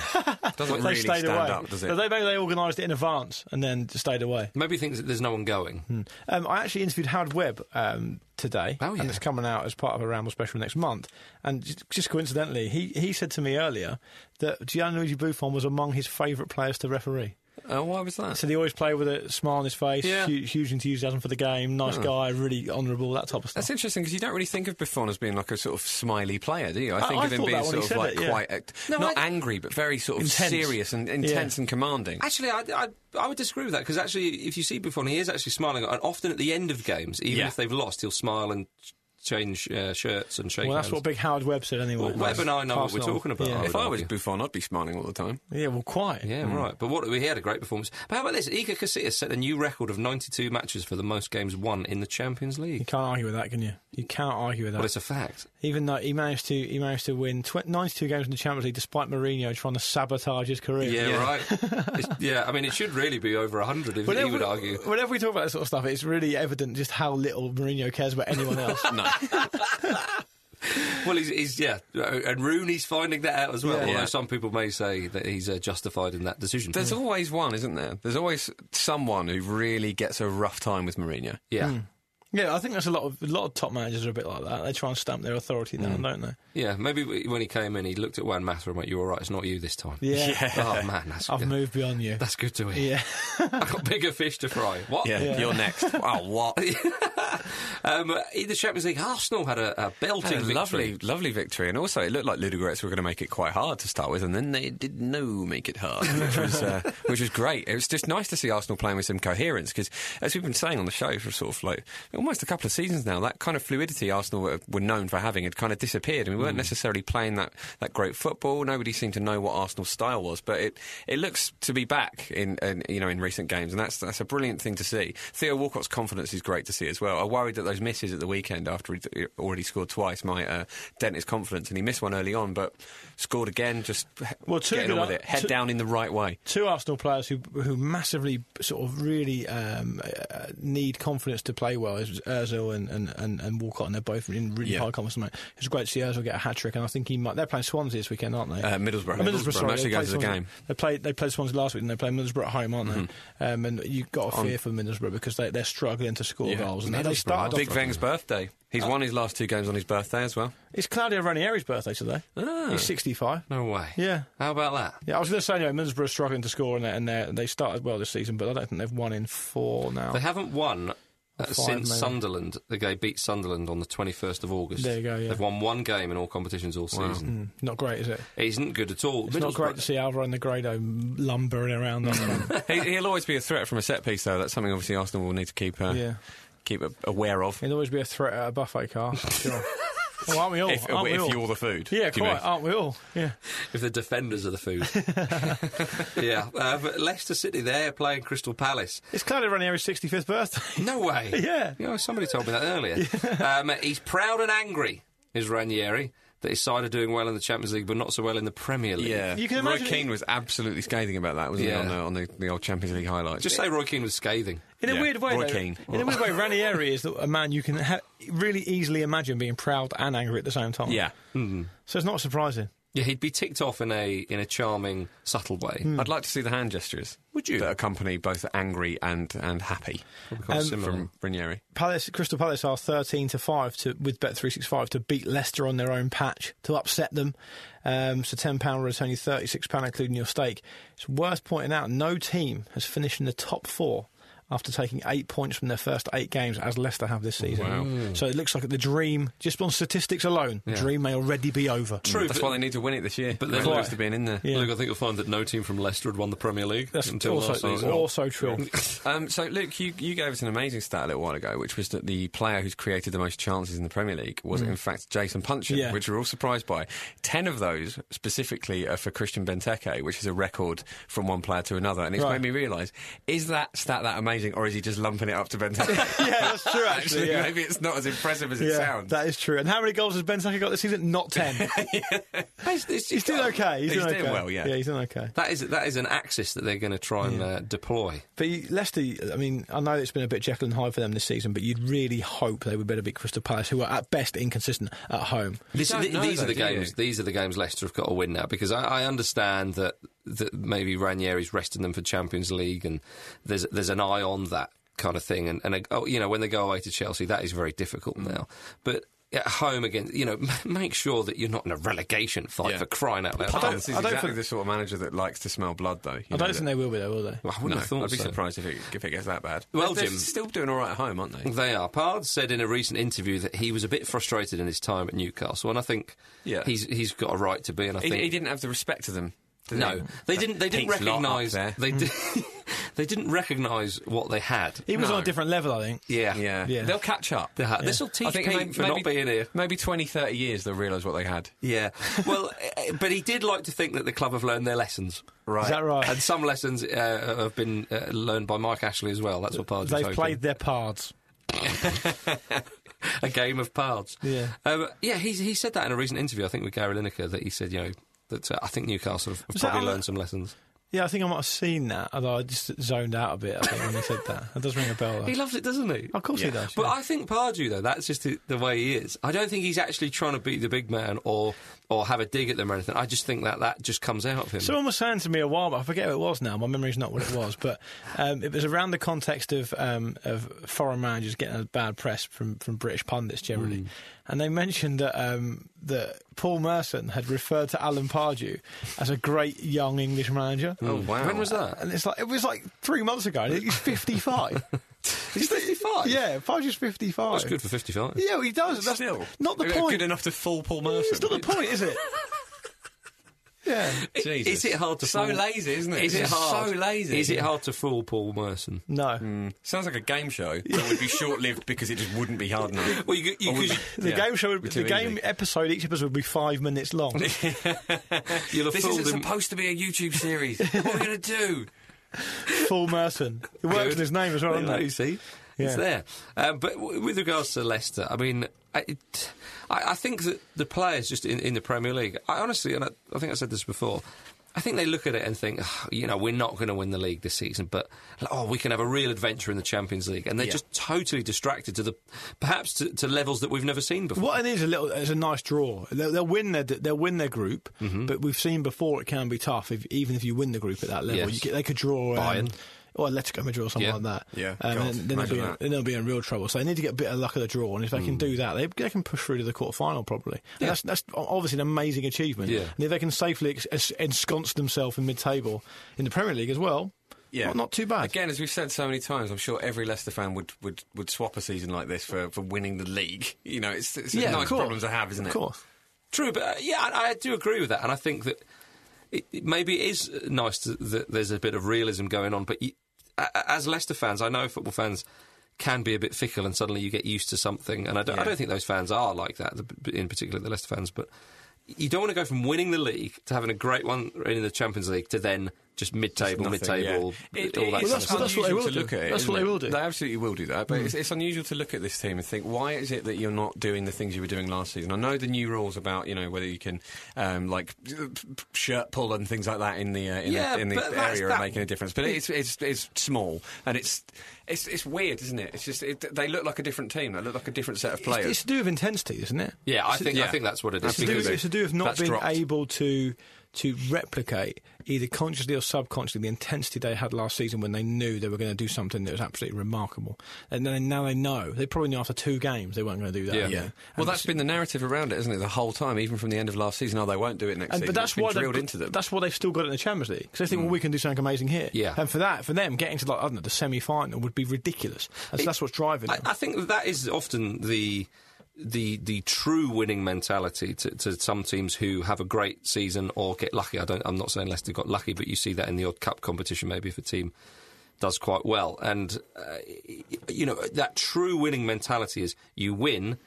S3: Doesn't
S2: They
S3: really
S2: stayed
S3: stand
S2: away.
S3: up, does it?
S2: But they, maybe they organised it in advance and then stayed away.
S1: Maybe he thinks that there's no one going.
S2: Um, I actually interviewed Howard Webb um, today,
S1: Oh, yeah.
S2: and it's coming out as part of a Ramble special next month. And j- just coincidentally, he, he said to me earlier that Gianluigi Buffon was among his favourite players to referee.
S3: Oh, why was that?
S2: So he always played with a smile on his face,
S3: Yeah.
S2: huge, huge enthusiasm for the game, nice guy, really honourable, that type of stuff.
S3: That's interesting because you don't really think of Buffon as being like a sort of smiley player, do you? I
S2: I-
S3: think
S2: I
S3: of him
S2: thought
S3: being
S2: that when he
S3: sort of
S2: said
S3: like
S2: it, yeah.
S3: quite act- not angry, but very sort of
S2: Intense.
S3: serious and intense and commanding.
S1: Actually, I, I, I would disagree with that because actually, if you see Buffon, he is actually smiling, and often at the end of games, even
S3: Yeah.
S1: if they've lost, he'll smile and ch- change uh, shirts and shake.
S2: well, that's
S1: hands.
S2: what Big Howard Webb said anyway.
S1: Well, Webb and I know what
S2: Passing
S1: we're
S2: on.
S1: talking about.
S2: Yeah,
S1: I
S3: If I was
S1: argue.
S3: Buffon, I'd be smiling all
S2: (laughs)
S3: the time.
S2: yeah well, quite.
S1: yeah, right. But what he had a great performance. But how about this? Iker Casillas set a new record of 92 matches for the most games won in the Champions
S2: You
S1: League.
S2: can't argue with that, can you? You can't argue with that.
S1: Well, it's a fact.
S2: Even though he managed to he managed to win tw- 92 games in the Champions League despite Mourinho trying to sabotage his career.
S1: Yeah, right. It's- yeah, I mean, it should really be over 100 if he would argue.
S2: Whenever we talk about that sort of stuff, it's really evident just how little Mourinho cares about anyone else.
S3: No.
S1: Well, he's, he's yeah, uh, and Rooney's finding that out as well. Although
S3: Yeah.
S1: some people may say that he's uh, justified in that decision. Hmm.
S3: There's always one, isn't there? There's always someone who really gets a rough time with Mourinho.
S1: yeah.
S2: (laughs) yeah, I think that's a lot of a lot of top managers are a bit like that. They try and stamp their authority down, don't they?
S1: Yeah, maybe w- when he came in, he looked at Juan Mata and went, "You're all right. It's not you this time."
S2: Yeah.
S1: Oh man, that's
S2: I've
S1: good.
S2: moved beyond you.
S1: That's good to hear.
S2: yeah.
S1: (laughs) I've got bigger fish to fry. What?
S3: you're next. oh, what?
S1: Um, in the Champions League, Arsenal had a, a belting
S3: Had a
S1: victory.
S3: lovely, lovely victory, and also it looked like Ludogorets were going to make it quite hard to start with, and then they did no make it hard, which was uh, which was great. It was just nice to see Arsenal playing with some coherence because, as we've been saying on the show for sort of like almost a couple of seasons now, that kind of fluidity Arsenal were, were known for having had kind of disappeared, and we weren't necessarily playing that, that great football. Nobody seemed to know what Arsenal's style was, but it it looks to be back in, in you know in recent games, and that's that's a brilliant thing to see. Theo Walcott's confidence is great to see as well. I worried that those misses at the weekend after he'd already scored twice might uh, dent his confidence, and he missed one early on, but scored again, just
S2: Well, two
S3: getting on
S2: good-
S3: with it, head
S2: two-
S3: down in the right way.
S2: Two Arsenal players who who massively sort of really um, uh, need confidence to play well is Özil and, and, and, and Walcott, and they're both in really
S3: Yeah.
S2: high confidence. at the moment. It's great to see Özil get a hat trick, and I think he might. They're playing Swansea this weekend, aren't they?
S3: Uh, Middlesbrough.
S2: Oh, Middlesbrough.
S3: I'm
S2: Sorry, they
S3: actually
S2: played
S3: going to the
S2: Swansea-
S3: game.
S2: They played they played Swansea last week, and they played Middlesbrough at home, aren't
S3: Mm-hmm.
S2: they? Um, and you've got to fear for Middlesbrough because they they're struggling to score goals, and they- they
S1: Middlesbrough
S2: started.
S1: are
S2: Off, Uh,
S3: Big Veng's birthday. He's won his last two games on his birthday as well.
S2: it's Claudio Ranieri's birthday today.
S3: Ah.
S2: He's sixty five.
S1: No way.
S2: Yeah.
S1: How about that?
S2: Yeah, I was going to say anyway. Middlesbrough are struggling to score, and they and they're- they started well this season, but I don't think they've won in four now.
S1: They haven't won. Uh,
S2: Five,
S1: since
S2: maybe.
S1: Sunderland, they beat Sunderland on the 21st of August.
S2: There you go, yeah.
S1: They've won one game in all competitions all season.
S2: Not great, is it?
S1: It isn't good at all.
S2: It's not
S1: Middlesbrough-
S2: great to see Alvaro and the Grado lumbering around. on (laughs) them.
S3: he, he'll always be a threat from a set piece, though. That's something obviously Arsenal will need to keep uh,
S2: Yeah.
S3: keep a- aware of.
S2: It'd always be a threat at a buffet car. Sure. well, aren't we all?
S3: If,
S2: Oh, aren't we
S3: if
S2: all?
S3: you're the food,
S2: yeah,
S3: do you
S2: quite.
S3: mean?
S2: Aren't we all? Yeah.
S1: (laughs) if the defenders are the food. (laughs)
S2: (laughs)
S1: yeah, uh, but Leicester City, they're playing Crystal Palace.
S2: It's Claudio Ranieri's 65th birthday.
S1: No way.
S2: Yeah. (laughs)
S1: You know, somebody told me that earlier. Um, he's proud and angry, is Ranieri. that his side are doing well in the Champions League, but not so well in the Premier League.
S3: Yeah,
S2: You can
S3: Roy
S2: imagine-
S3: Keane was absolutely scathing about that, wasn't
S1: Yeah.
S3: he, on, the, on the, the old Champions League highlights?
S1: Just say Roy Keane was scathing.
S2: (laughs) In a
S3: Yeah,
S2: weird way,
S3: Roy
S2: though,
S3: Keane.
S2: in a weird (laughs) way, Ranieri is the- a man you can ha- really easily imagine being proud and angry at the same time.
S3: yeah.
S2: so it's not surprising.
S1: Yeah, he'd be ticked off in a in a charming, subtle way.
S2: Hmm.
S3: I'd like to see the hand gestures. Would you? That accompany both angry and, and happy
S2: Um,
S1: quite similar.
S3: from Ranieri.
S2: Palace, Crystal Palace are thirteen to five to with Bet three six five to beat Leicester on their own patch to upset them. Um, so ten pound return you thirty six pound, including your stake. It's worth pointing out no team has finished in the top four after taking eight points from their first eight games, as Leicester have this season. So it looks like the dream, just on statistics alone, the dream may already be over.
S1: True,
S3: That's
S1: but-
S3: why they need to win it this year.
S1: but
S3: But
S1: they're
S3: they're
S1: quite-
S3: close to being in there.
S2: Yeah.
S1: Look, I think you'll find that no team from Leicester had won the Premier League
S2: That's
S1: until last
S2: also,
S1: season.
S2: also
S3: (laughs)
S2: true. (laughs)
S3: Um, so, Luke, you, you gave us an amazing stat a little while ago, which was that the player who's created the most chances in the Premier League was, in fact, Jason Punchin,
S2: Hmm. Yeah.
S3: which we're all surprised by. Ten of those specifically are for Christian Benteke, which is a record from one player to another. And it's
S2: Right.
S3: made me realise is that stat that amazing, or is he just lumping it up to
S2: (laughs)
S3: Benteke? (laughs)
S2: yeah, that's true. Actually, yeah.
S3: maybe it's not as impressive as it
S2: Yeah,
S3: sounds.
S2: that is true. And how many goals has Ben Saka got this season? Not
S3: (laughs)
S2: ten. he's doing okay. He's,
S3: He's
S2: doing,
S3: doing
S2: okay.
S3: well, yeah.
S2: Yeah, he's doing okay.
S1: That is that is an axis that they're going to try and uh, deploy.
S2: But you- Leicester, I mean, I know it's been a bit Jekyll and Hyde for them this season, but you'd really hope they would better beat Crystal Palace, who are at best inconsistent at home.
S1: This,
S3: don't
S1: th-
S3: know,
S1: these
S3: though,
S1: are the
S3: do you?
S1: games. These are the games Leicester have got to win now because I, I understand that that maybe Ranieri's resting them for Champions League and there's there's an eye on that kind of thing and and uh, oh, you know when they go away to Chelsea that is very difficult
S3: Mm.
S1: now, but. At home again, you know, (laughs) make sure that you're not in a relegation fight
S3: Yeah.
S1: for crying out loud.
S3: I
S2: don't-
S3: is
S2: I don't
S3: exactly
S2: think-
S3: the sort of manager that likes to smell blood, though.
S2: I don't think they will be there, will they?
S1: I wouldn't have thought
S3: I'd be
S1: so.
S3: surprised if it, if it gets that bad.
S1: Well,
S3: they're
S1: Jim-
S3: still doing all right at home, aren't they?
S1: They are. Pard said in a recent interview that he was a bit frustrated in his time at Newcastle, and I think
S3: Yeah.
S1: he's he's got a right to be. And I
S3: He,
S1: think
S3: he didn't have the respect to them. did
S1: no,
S3: he?
S1: they didn't. They didn't
S3: Pete's lot up
S1: recognise.
S3: there.
S1: They did, (laughs) They didn't recognise what they had.
S2: He was
S3: No.
S2: on a different level, I think.
S1: Yeah,
S3: Yeah.
S2: Yeah.
S3: They'll catch up.
S1: They had- This will
S3: I
S1: teach
S3: think
S1: Pete
S3: may-
S1: for not being here.
S3: Maybe 20, 30 years they'll realise what they (laughs) had.
S1: Yeah. (laughs) Well, eh, but he did like to think that the club have learned their lessons.
S3: Right.
S2: Is that right?
S1: And some lessons uh, have been uh, learned by Mike Ashley as well. That's what Pard
S2: They've played their parts.
S1: a game of cards.
S2: Yeah.
S1: um, yeah. He he said that in a recent interview. I think with Gary Lineker that he said you know that uh, I think Newcastle have, have
S2: Was that
S1: probably
S2: on the-
S1: learned some lessons.
S2: Yeah, I think I might have seen that, although I just zoned out a bit I think, when he said that. That does ring a bell, though.
S1: He loves it, doesn't he?
S2: of course he does.
S1: But
S2: yeah.
S1: I think Pardew, though, that's just the, the way he is. I don't think he's actually trying to beat the big man or or have a dig at them or anything. I just think that that just comes out of him.
S2: Someone was saying to me a while back, I forget who it was now, my memory's not what it was, but um, it was around the context of, um, of foreign managers getting a bad press from, from British pundits generally. And they mentioned that, um, that Paul Merson had referred to Alan Pardew as a great young English manager.
S1: Hmm.
S3: Oh, wow.
S1: when was that?
S2: And it's like it was like three months ago, and he's 55.
S1: He's 55.
S2: yeah, Pardew's 55.
S1: That's good for 55.
S2: Yeah, well, he does. That's
S3: Still.
S2: not the
S3: Good
S2: point.
S3: enough to fool Paul Merson.
S2: It's not the point, is it? yeah.
S3: (laughs)
S1: Is
S3: Jesus.
S1: it hard to
S3: So
S1: fool?
S3: lazy, isn't it?
S1: Is it
S3: It's
S1: hard?
S3: so lazy.
S1: Is it hard to fool Paul Merson?
S2: No.
S3: Sounds like a game
S2: (laughs)
S3: show that would be short lived because it just wouldn't be hard enough.
S1: Well, you, you,
S3: Or (laughs) would
S1: you,
S3: be-
S2: The
S3: Yeah.
S2: game show, would be,
S3: Be too
S2: the game
S3: easy.
S2: episode, each episode would be five minutes
S3: (laughs)
S2: long.
S1: you'll have
S3: This
S1: fooled
S3: isn't
S1: him.
S3: supposed to be a YouTube series. what are we
S1: (laughs)
S3: going to do?
S2: Full Merton. It works in his name as well,
S1: There you
S2: doesn't
S1: go,
S2: it?
S1: see?
S2: Yeah.
S1: It's there. Uh, but w- with regards to Leicester, I mean, I, it, I, I think that the players just in, in the Premier League, I honestly, and I, I think I said this before, I think they look at it and think, "Ugh, you know, we're not going to win the league this season, but oh, we can have a real adventure in the Champions League, and they're just totally distracted to the perhaps to, to levels that we've never seen before.
S2: What it is a little, it's a nice draw. They'll, they'll win their they'll win their group,
S3: Mm-hmm.
S2: but we've seen before it can be tough. If, even if you win the group at that level,
S1: Yes.
S2: you get, they could draw um,
S1: Bayern.
S2: or Atletico Madrid or something
S1: Yeah.
S2: like that.
S3: Yeah,
S2: um,
S3: God,
S2: and then, they'll
S3: imagine
S2: be in,
S3: that. Mm.
S2: then they'll be in real trouble. So they need to get a bit of luck of the draw, and if they can do that, they, they can push through to the quarterfinal probably. And That's that's obviously an amazing achievement.
S1: Yeah.
S2: And if they can safely ex- es- ensconce themselves in mid-table in the Premier League as well, not, not too bad.
S3: Again, as we've said so many times, I'm sure every Leicester fan would, would, would swap a season like this for, for winning the league. You know, it's, it's
S2: Yeah, of
S3: a nice
S2: course.
S3: problem to have, isn't it?
S2: of course.
S1: True, but uh, yeah, I, I do agree with that, and I think that it, it- maybe it is uh, nice to, that there's a bit of realism going on. But you, a- a- as Leicester fans, I know football fans can be a bit fickle, and suddenly you get used to something. And I don't, I
S3: Yeah.
S1: don't think those fans are like that, the- in particular the Leicester fans. But you don't want to go from winning the league to having a great one in the Champions League to then just mid-table,
S3: Nothing,
S1: mid-table,
S3: yeah. It-
S1: all
S3: it
S1: that
S3: is
S1: kind of
S2: that's-
S1: stuff.
S2: that's what they
S3: unusual
S2: will
S3: to
S2: do.
S3: look at it,
S2: That's
S3: isn't
S2: what they
S3: it?
S2: will do. Hmm.
S3: They absolutely will do that. But it's, it's unusual to look at this team and think, why is it that you're not doing the things you were doing last season? I know the new rules about you know whether you can um, like shirt pull and things like that in the uh, in
S1: Yeah,
S3: the, in the
S1: but that's-
S3: area
S1: that-
S3: are making a difference. But it's it's it's small and it's it's it's weird, isn't it? It's just it, they look like a different team. They look like a different set of
S2: It's,
S3: players.
S2: it's to do with intensity, isn't it?
S1: Yeah, I think I
S3: yeah.
S1: think that's what it is.
S2: It's to, do,
S1: because-
S2: it's to do with not
S3: That's
S2: being
S3: dropped.
S2: able to to replicate either consciously or subconsciously the intensity they had last season when they knew they were going to do something that was absolutely remarkable, and then now they know they probably knew after two games they weren't going to do that.
S1: Yeah.
S2: again.
S1: Yeah.
S2: And
S3: well,
S2: it's-
S3: that's been the narrative around it, isn't it? The whole time, even from the end of last season, oh, they won't do it next
S2: And,
S3: season.
S2: but
S3: It's
S2: that's
S3: been
S2: why
S3: drilled
S2: they've,
S3: into them.
S2: that's what they've still got it in the Champions League because they think, well, we can do something amazing here.
S1: Yeah.
S2: And for that, for them, getting to like, I don't know, the semi-final would be ridiculous. And so that's what's driving
S1: I,
S2: them.
S1: I think that is often the the the true winning mentality to, to some teams who have a great season or get lucky. I don't. I'm not saying Leicester got lucky, but you see that in the odd cup competition. Maybe if a team does quite well, and uh, you know that true winning mentality is you win.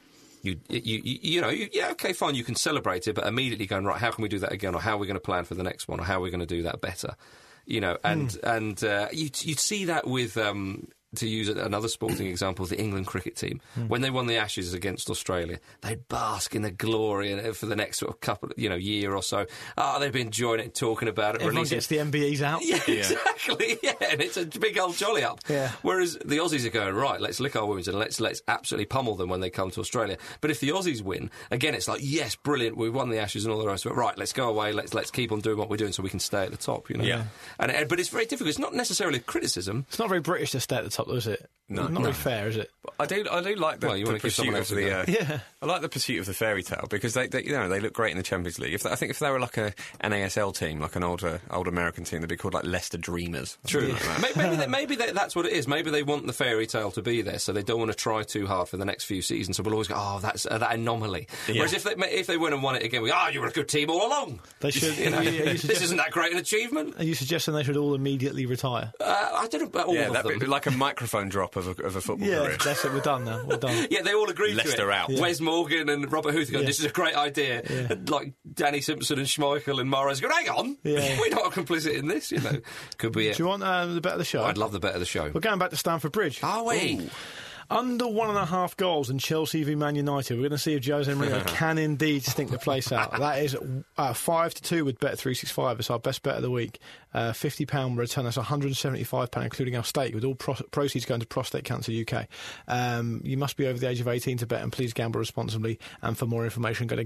S1: You, you, you, you know, you, yeah, okay, fine, you can celebrate it, but immediately going, right, how can we do that again? Or how are we going to plan for the next one? Or how are we going to do that better? you know, and
S2: Hmm.
S1: and uh, you you see that with. Um, to use another sporting example, the England cricket team,
S2: Hmm.
S1: when they won the Ashes against Australia, they'd bask in the glory and uh, for the next sort of couple, you know, year or so. Ah, they'd be enjoying it, talking about it,
S2: Everyone
S1: releasing
S2: gets the MBEs out.
S1: yeah, exactly. (laughs) Yeah, and it's a big old jolly up.
S2: Yeah.
S1: Whereas the Aussies are going right. Let's lick our wounds and let's let's absolutely pummel them when they come to Australia. But if the Aussies win again, it's like yes, brilliant. We won the Ashes and all the rest. But right, let's go away. Let's let's keep on doing what we're doing so we can stay at the top. You know.
S3: Yeah.
S1: And, and but it's very difficult. It's not necessarily a criticism.
S2: It's not very British to stay at the top, though, is it?
S3: No.
S2: Not very fair, is it?
S3: I do. I do like the,
S1: Well, you
S3: the
S1: wanna give
S3: pursuit
S1: someone
S3: of
S1: else a
S3: the.
S1: go.
S3: Uh,
S2: Yeah.
S3: I like the pursuit of the fairy tale because they, they you know, they look great in the Champions League. If they, I think if they were like a an ASL team, like an older old American team, they'd be called like Leicester Dreamers.
S1: True. May- maybe they, maybe they, that's what it is. Maybe they want the fairy tale to be there, so they don't want to try too hard for the next few seasons. So we'll always go, oh, that's uh, that anomaly. Whereas if they if they went and won it again, we, ah, you were a good team all along.
S2: They should- (laughs)
S1: You know,
S2: are you
S1: this
S2: suggesting-
S1: isn't that great an achievement.
S2: Are you suggesting they should all immediately retire?
S1: Uh, I don't know about all
S3: Yeah,
S1: of them.
S3: that'd be like a microphone drop of a, of a football career.
S2: that's it. We're done now.
S1: (laughs)
S2: We're done.
S1: Yeah, they all agreed to
S3: Leicester
S1: it.
S3: out. Yeah.
S1: Wes Morgan and Robert Huth going,
S2: Yeah.
S1: this is a great idea. And, like Danny Simpson and Schmeichel and Mares going, hang on, (laughs)
S2: Yeah.
S1: we're not complicit in this, you
S2: (laughs)
S1: know. Could be it.
S2: Do you want um, the better the show?
S1: I'd love Ah, the better the show.
S2: We're going back to Stamford Bridge.
S1: Are we?
S2: Under one and a half goals in Chelsea v Man United. We're going to see if
S1: (laughs)
S2: Jose Mourinho can indeed stink the place out. That is uh, five to two with Bet three six five. It's our best bet of the week. Uh, Fifty pound return. That's one hundred and seventy five pound, including our stake, with all pro- proceeds going to Prostate Cancer UK. Um, you must be over the age of eighteen to bet, and please gamble responsibly. And for more information, go to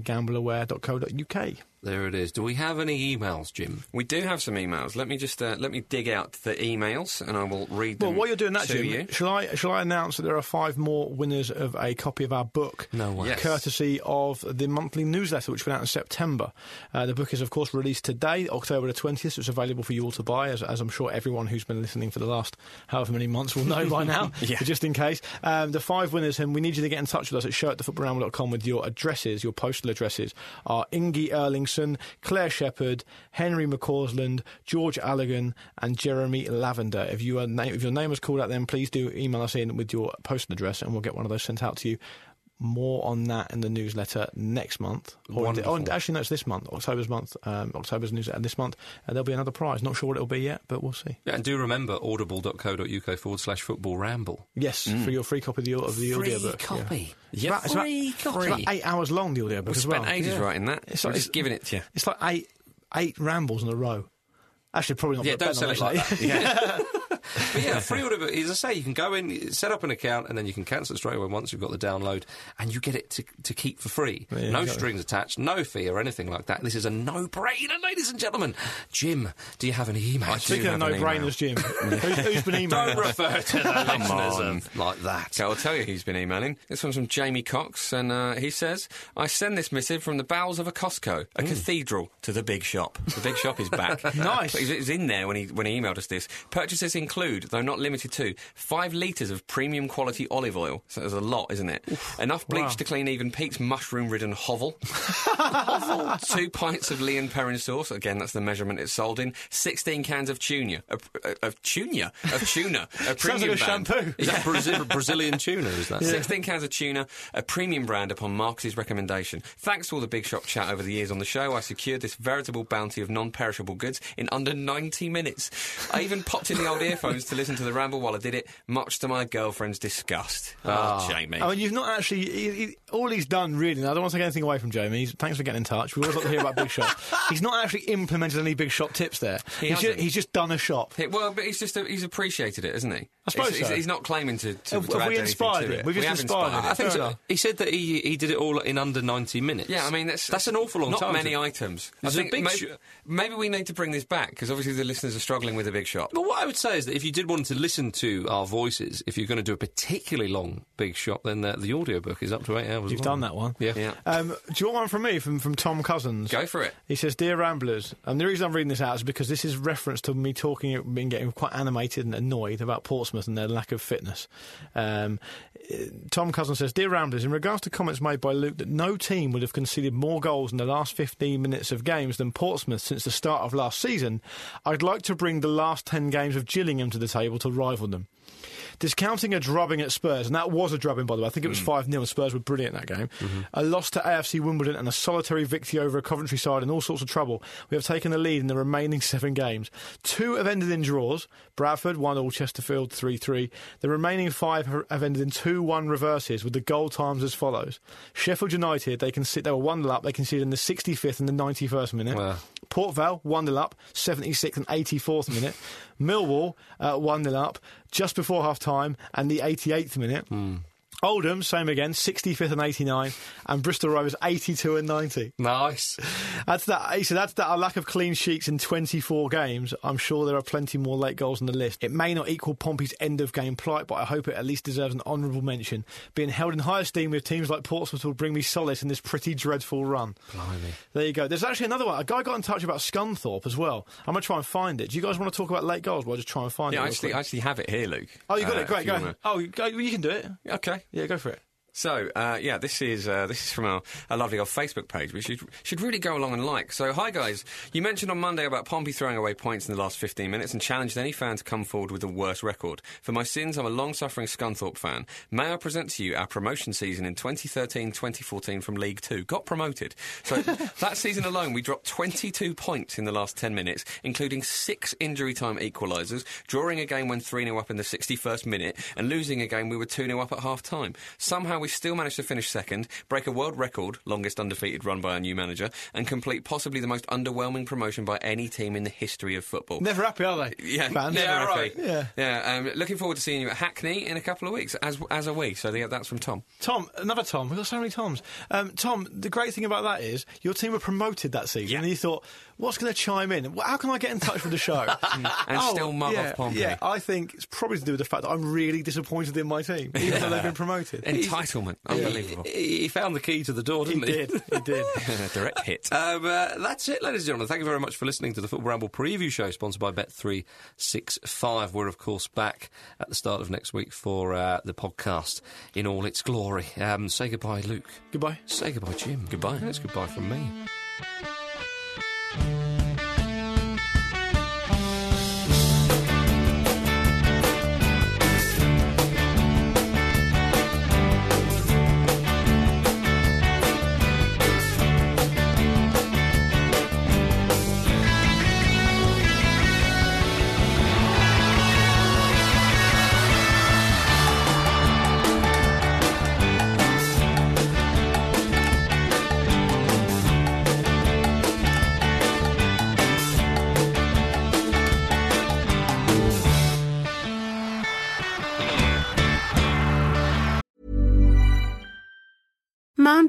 S2: gambleaware.co.uk.
S1: There it is. Do we have any emails, Jim?
S3: We do have some emails. Let me just uh, let me dig out the emails and I will read them.
S2: Well, while you're doing that,
S3: to
S2: Jim,
S3: you.
S2: shall I shall I announce that there are five more winners of a copy of our book?
S1: No way.
S3: Yes.
S2: Courtesy of the monthly newsletter, which went out in September. Uh, the book is, of course, released today, October the twentieth. It's available for you all to buy, as, as I'm sure everyone who's been listening for the last however many months will know
S1: (laughs)
S2: by now.
S3: Yeah.
S2: But just in case, um, the five winners, and we need you to get in touch with us at show at thefootballramble.com with your addresses, your postal addresses, are Inge Erlingson, Claire Shepherd, Henry McCausland, George Allegan, and Jeremy Lavender. If, you are na- if your name is called out, then please do email us in with your postal address, and we'll get one of those sent out to you. More on that in the newsletter next month. Or,
S1: Wonderful.
S2: oh, and actually, no, it's this month, October's month, um, October's newsletter this month, and there'll be another prize. Not sure what it'll be yet, but we'll see.
S1: Yeah, and do remember audible.co.uk forward slash football ramble.
S2: Yes, for your free copy of the, of the audiobook. yeah.
S3: Yeah,
S2: About- it's about-
S3: free
S2: it's about,
S3: copy.
S2: eight hours long, the audiobook
S3: we
S2: as
S3: spent
S2: well.
S3: ages
S2: Yeah.
S3: writing that.
S2: It's
S3: We're
S2: like-
S3: just giving it to you.
S2: It's like eight, eight rambles in a row. Actually, probably not.
S1: Yeah,
S2: but
S1: don't
S2: Ben
S1: sell it
S2: on
S1: like
S2: it.
S1: that. Yeah. but yeah, free order. But as I say, you can go in, set up an account, and then you can cancel it straight away once you've got the download, and you get it to, to keep for free.
S2: Yeah,
S1: no
S2: exactly.
S1: strings attached, no fee or anything like that. This is a no brainer, ladies and gentlemen. Jim, do you have any emails?
S3: do.
S2: Speaking of
S3: have an email.
S1: (laughs)
S2: no-brainers, Jim, who's, who's been emailing?
S1: Don't
S3: (laughs)
S1: refer to the listeners um,
S3: on.
S1: of- like that.
S3: Okay, I'll tell you who's been emailing. This one's from Jamie Cox, and uh, he says, I send this missive from the bowels of a Costco,
S1: Hmm.
S3: a cathedral, to the big shop. The big shop is back.
S1: (laughs)
S2: Nice.
S3: But he's- he's in there when he, when he emailed us this. Purchases include include, though not limited to, five litres of premium quality olive oil. So there's a lot, isn't it? Enough bleach to clean even Pete's mushroom
S2: (laughs)
S3: ridden hovel. hovel. Two pints of Leon Perrin sauce. Again, that's the measurement it's sold in. 16 cans of tuna. Of, of tuna? Of tuna.
S2: (laughs)
S3: A
S2: Sounds
S3: premium
S2: like a
S3: brand. (laughs)
S2: shampoo.
S1: Is that Brazil- Brazilian tuna? Is that?
S3: 16 cans of tuna, a premium brand upon Marcus's recommendation. Thanks to all the big shop chat over the years on the show, I secured this veritable bounty of non perishable goods in under 90 minutes. I even popped in the old earphones to listen to the ramble while I did it, much to my girlfriend's disgust. Oh, Jamie.
S2: Ah. I mean, you've not actually. He, he, all he's done, really, and I don't want to take anything away from Jamie. He's, thanks for getting in touch. We always like to hear about
S1: (laughs)
S2: Big Shop. He's not actually implemented any Big Shop tips there.
S3: He
S2: he's, just,
S3: hasn't.
S2: he's just done a shop.
S3: Hey, well, but he's just he's appreciated it, isn't he?
S2: I suppose
S3: he's, he's-
S2: so.
S3: he's not claiming to. to,
S2: Have-
S3: to
S2: have
S3: add
S2: we
S3: anything
S2: inspired
S3: to
S2: him? We've
S3: We
S2: just
S3: have
S2: inspired him.
S1: I think
S2: Fair
S1: so.
S2: enough.
S1: He said that he he did it all in under 90 minutes.
S3: Yeah, I mean that's
S1: that's an awful long
S3: not
S1: time.
S3: Not many
S1: to-
S3: items. I
S1: There's a
S3: think
S1: big
S3: maybe,
S1: sh-
S3: maybe we need to bring this back because obviously the listeners are struggling with a big shop.
S1: But what I would say is that if you did want to listen to our voices, if you're going to do a particularly long big shot, then the, the audiobook is up to eight hours.
S2: You've
S1: long.
S2: done that one.
S1: Yeah.
S3: Yeah.
S2: (laughs) Um, do you want one from me, from, from Tom Cousins?
S3: Go for it.
S2: He says, Dear Ramblers, and the reason I'm reading this out is because this is reference to me talking and getting quite animated and annoyed about Portsmouth and their lack of fitness. Um, eh, Tom Cousin says, Dear Ramblers, in regards to comments made by Luke that no team would have conceded more goals in the last 15 minutes of games than Portsmouth since the start of last season, I'd like to bring the last 10 games of Gillingham to the table to rival them. Discounting a drubbing at Spurs, and that was a drubbing, by the way. I think it was 5 0. Spurs were brilliant that game. A loss to AFC Wimbledon and a solitary victory over a Coventry side in all sorts of trouble. We have taken the lead in the remaining seven games. Two have ended in draws Bradford 1 all, Chesterfield 3 3. The remaining five ha- have ended in 2 1 reverses with the goal times as follows Sheffield United, they, can sit, they were 1 0 up, they conceded in the 65th and the 91st minute.
S1: Wow.
S2: Port Vale, 1 0 up, 76th and 84th minute. Millwall, uh, 1 0 up, just before half time and the 88th minute. Oldham, same again, 65th and 89, and Bristol Rovers, 82 and 90.
S1: Nice.
S2: That's that. He said, that's that. A lack of clean sheets in 24 games. I'm sure there are plenty more late goals on the list. It may not equal Pompey's end of game plight, but I hope it at least deserves an honourable mention. Being held in high esteem with teams like Portsmouth will bring me solace in this pretty dreadful run. Blimey. There you go. There's actually another one. A guy got in touch about Scunthorpe as well. I'm going to try and find it. Do you guys want to talk about late goals? Well, I'll just try and find
S3: Yeah,
S2: it.
S3: I
S2: real
S3: actually,
S2: quick.
S3: I actually have it here, Luke.
S2: oh, you got
S3: Uh,
S2: it. Great,
S3: if
S2: go.
S3: you wanna-
S2: Oh, you, go, you can do it.
S3: Okay.
S2: Yeah, go for it.
S3: So, uh, yeah, this is uh, this is from our, our lovely old Facebook page, which you should really go along and like. So, hi guys, you mentioned on Monday about Pompey throwing away points in the last 15 minutes and challenged any fan to come forward with the worst record. For my sins, I'm a long-suffering Scunthorpe fan. May I present to you our promotion season in 2013-2014 from League Two? Got promoted. So that season alone, we dropped 22 points in the last 10 minutes, including six injury time equalisers, drawing a game when 3 0 up in the 61st minute, and losing a game we were 2 0 up at half time. Somehow we still managed to finish second, break a world record, longest undefeated run by our new manager, and complete possibly the most underwhelming promotion by any team in the history of football.
S2: Never happy, are they?
S3: Yeah,
S2: Fans?
S3: yeah,
S2: Never
S3: right.
S2: happy. Yeah.
S3: yeah. Um, looking forward to seeing you at Hackney in a couple of weeks, as as are we. So yeah, that's from Tom.
S2: Tom, another Tom. We've got so many Toms. Um, Tom, the great thing about that is your team were promoted that season,
S3: Yeah.
S2: and you thought, "What's going to chime in? Well, How can I get in touch with the show?"
S3: (laughs)
S2: and
S3: still mug
S2: yeah,
S3: off Pompey.
S2: Yeah, I think it's probably to do with the fact that I'm really disappointed in my team, even though they've been
S3: (laughs)
S2: promoted.
S3: Entitlement,
S2: (laughs)
S3: unbelievable. (laughs)
S1: He, he found the key to the door,
S2: he
S1: didn't he? (laughs)
S2: did. He did.
S3: Direct hit.
S1: Um, uh, that's it, ladies and gentlemen. Thank you very much for listening to the Football Ramble preview show, sponsored by Bet365. We're, of course, back at the start of next week for uh, the podcast in all its glory. Um, say goodbye, Luke.
S2: Goodbye.
S1: Say goodbye, Jim. Goodbye. That's goodbye from me.
S6: Mom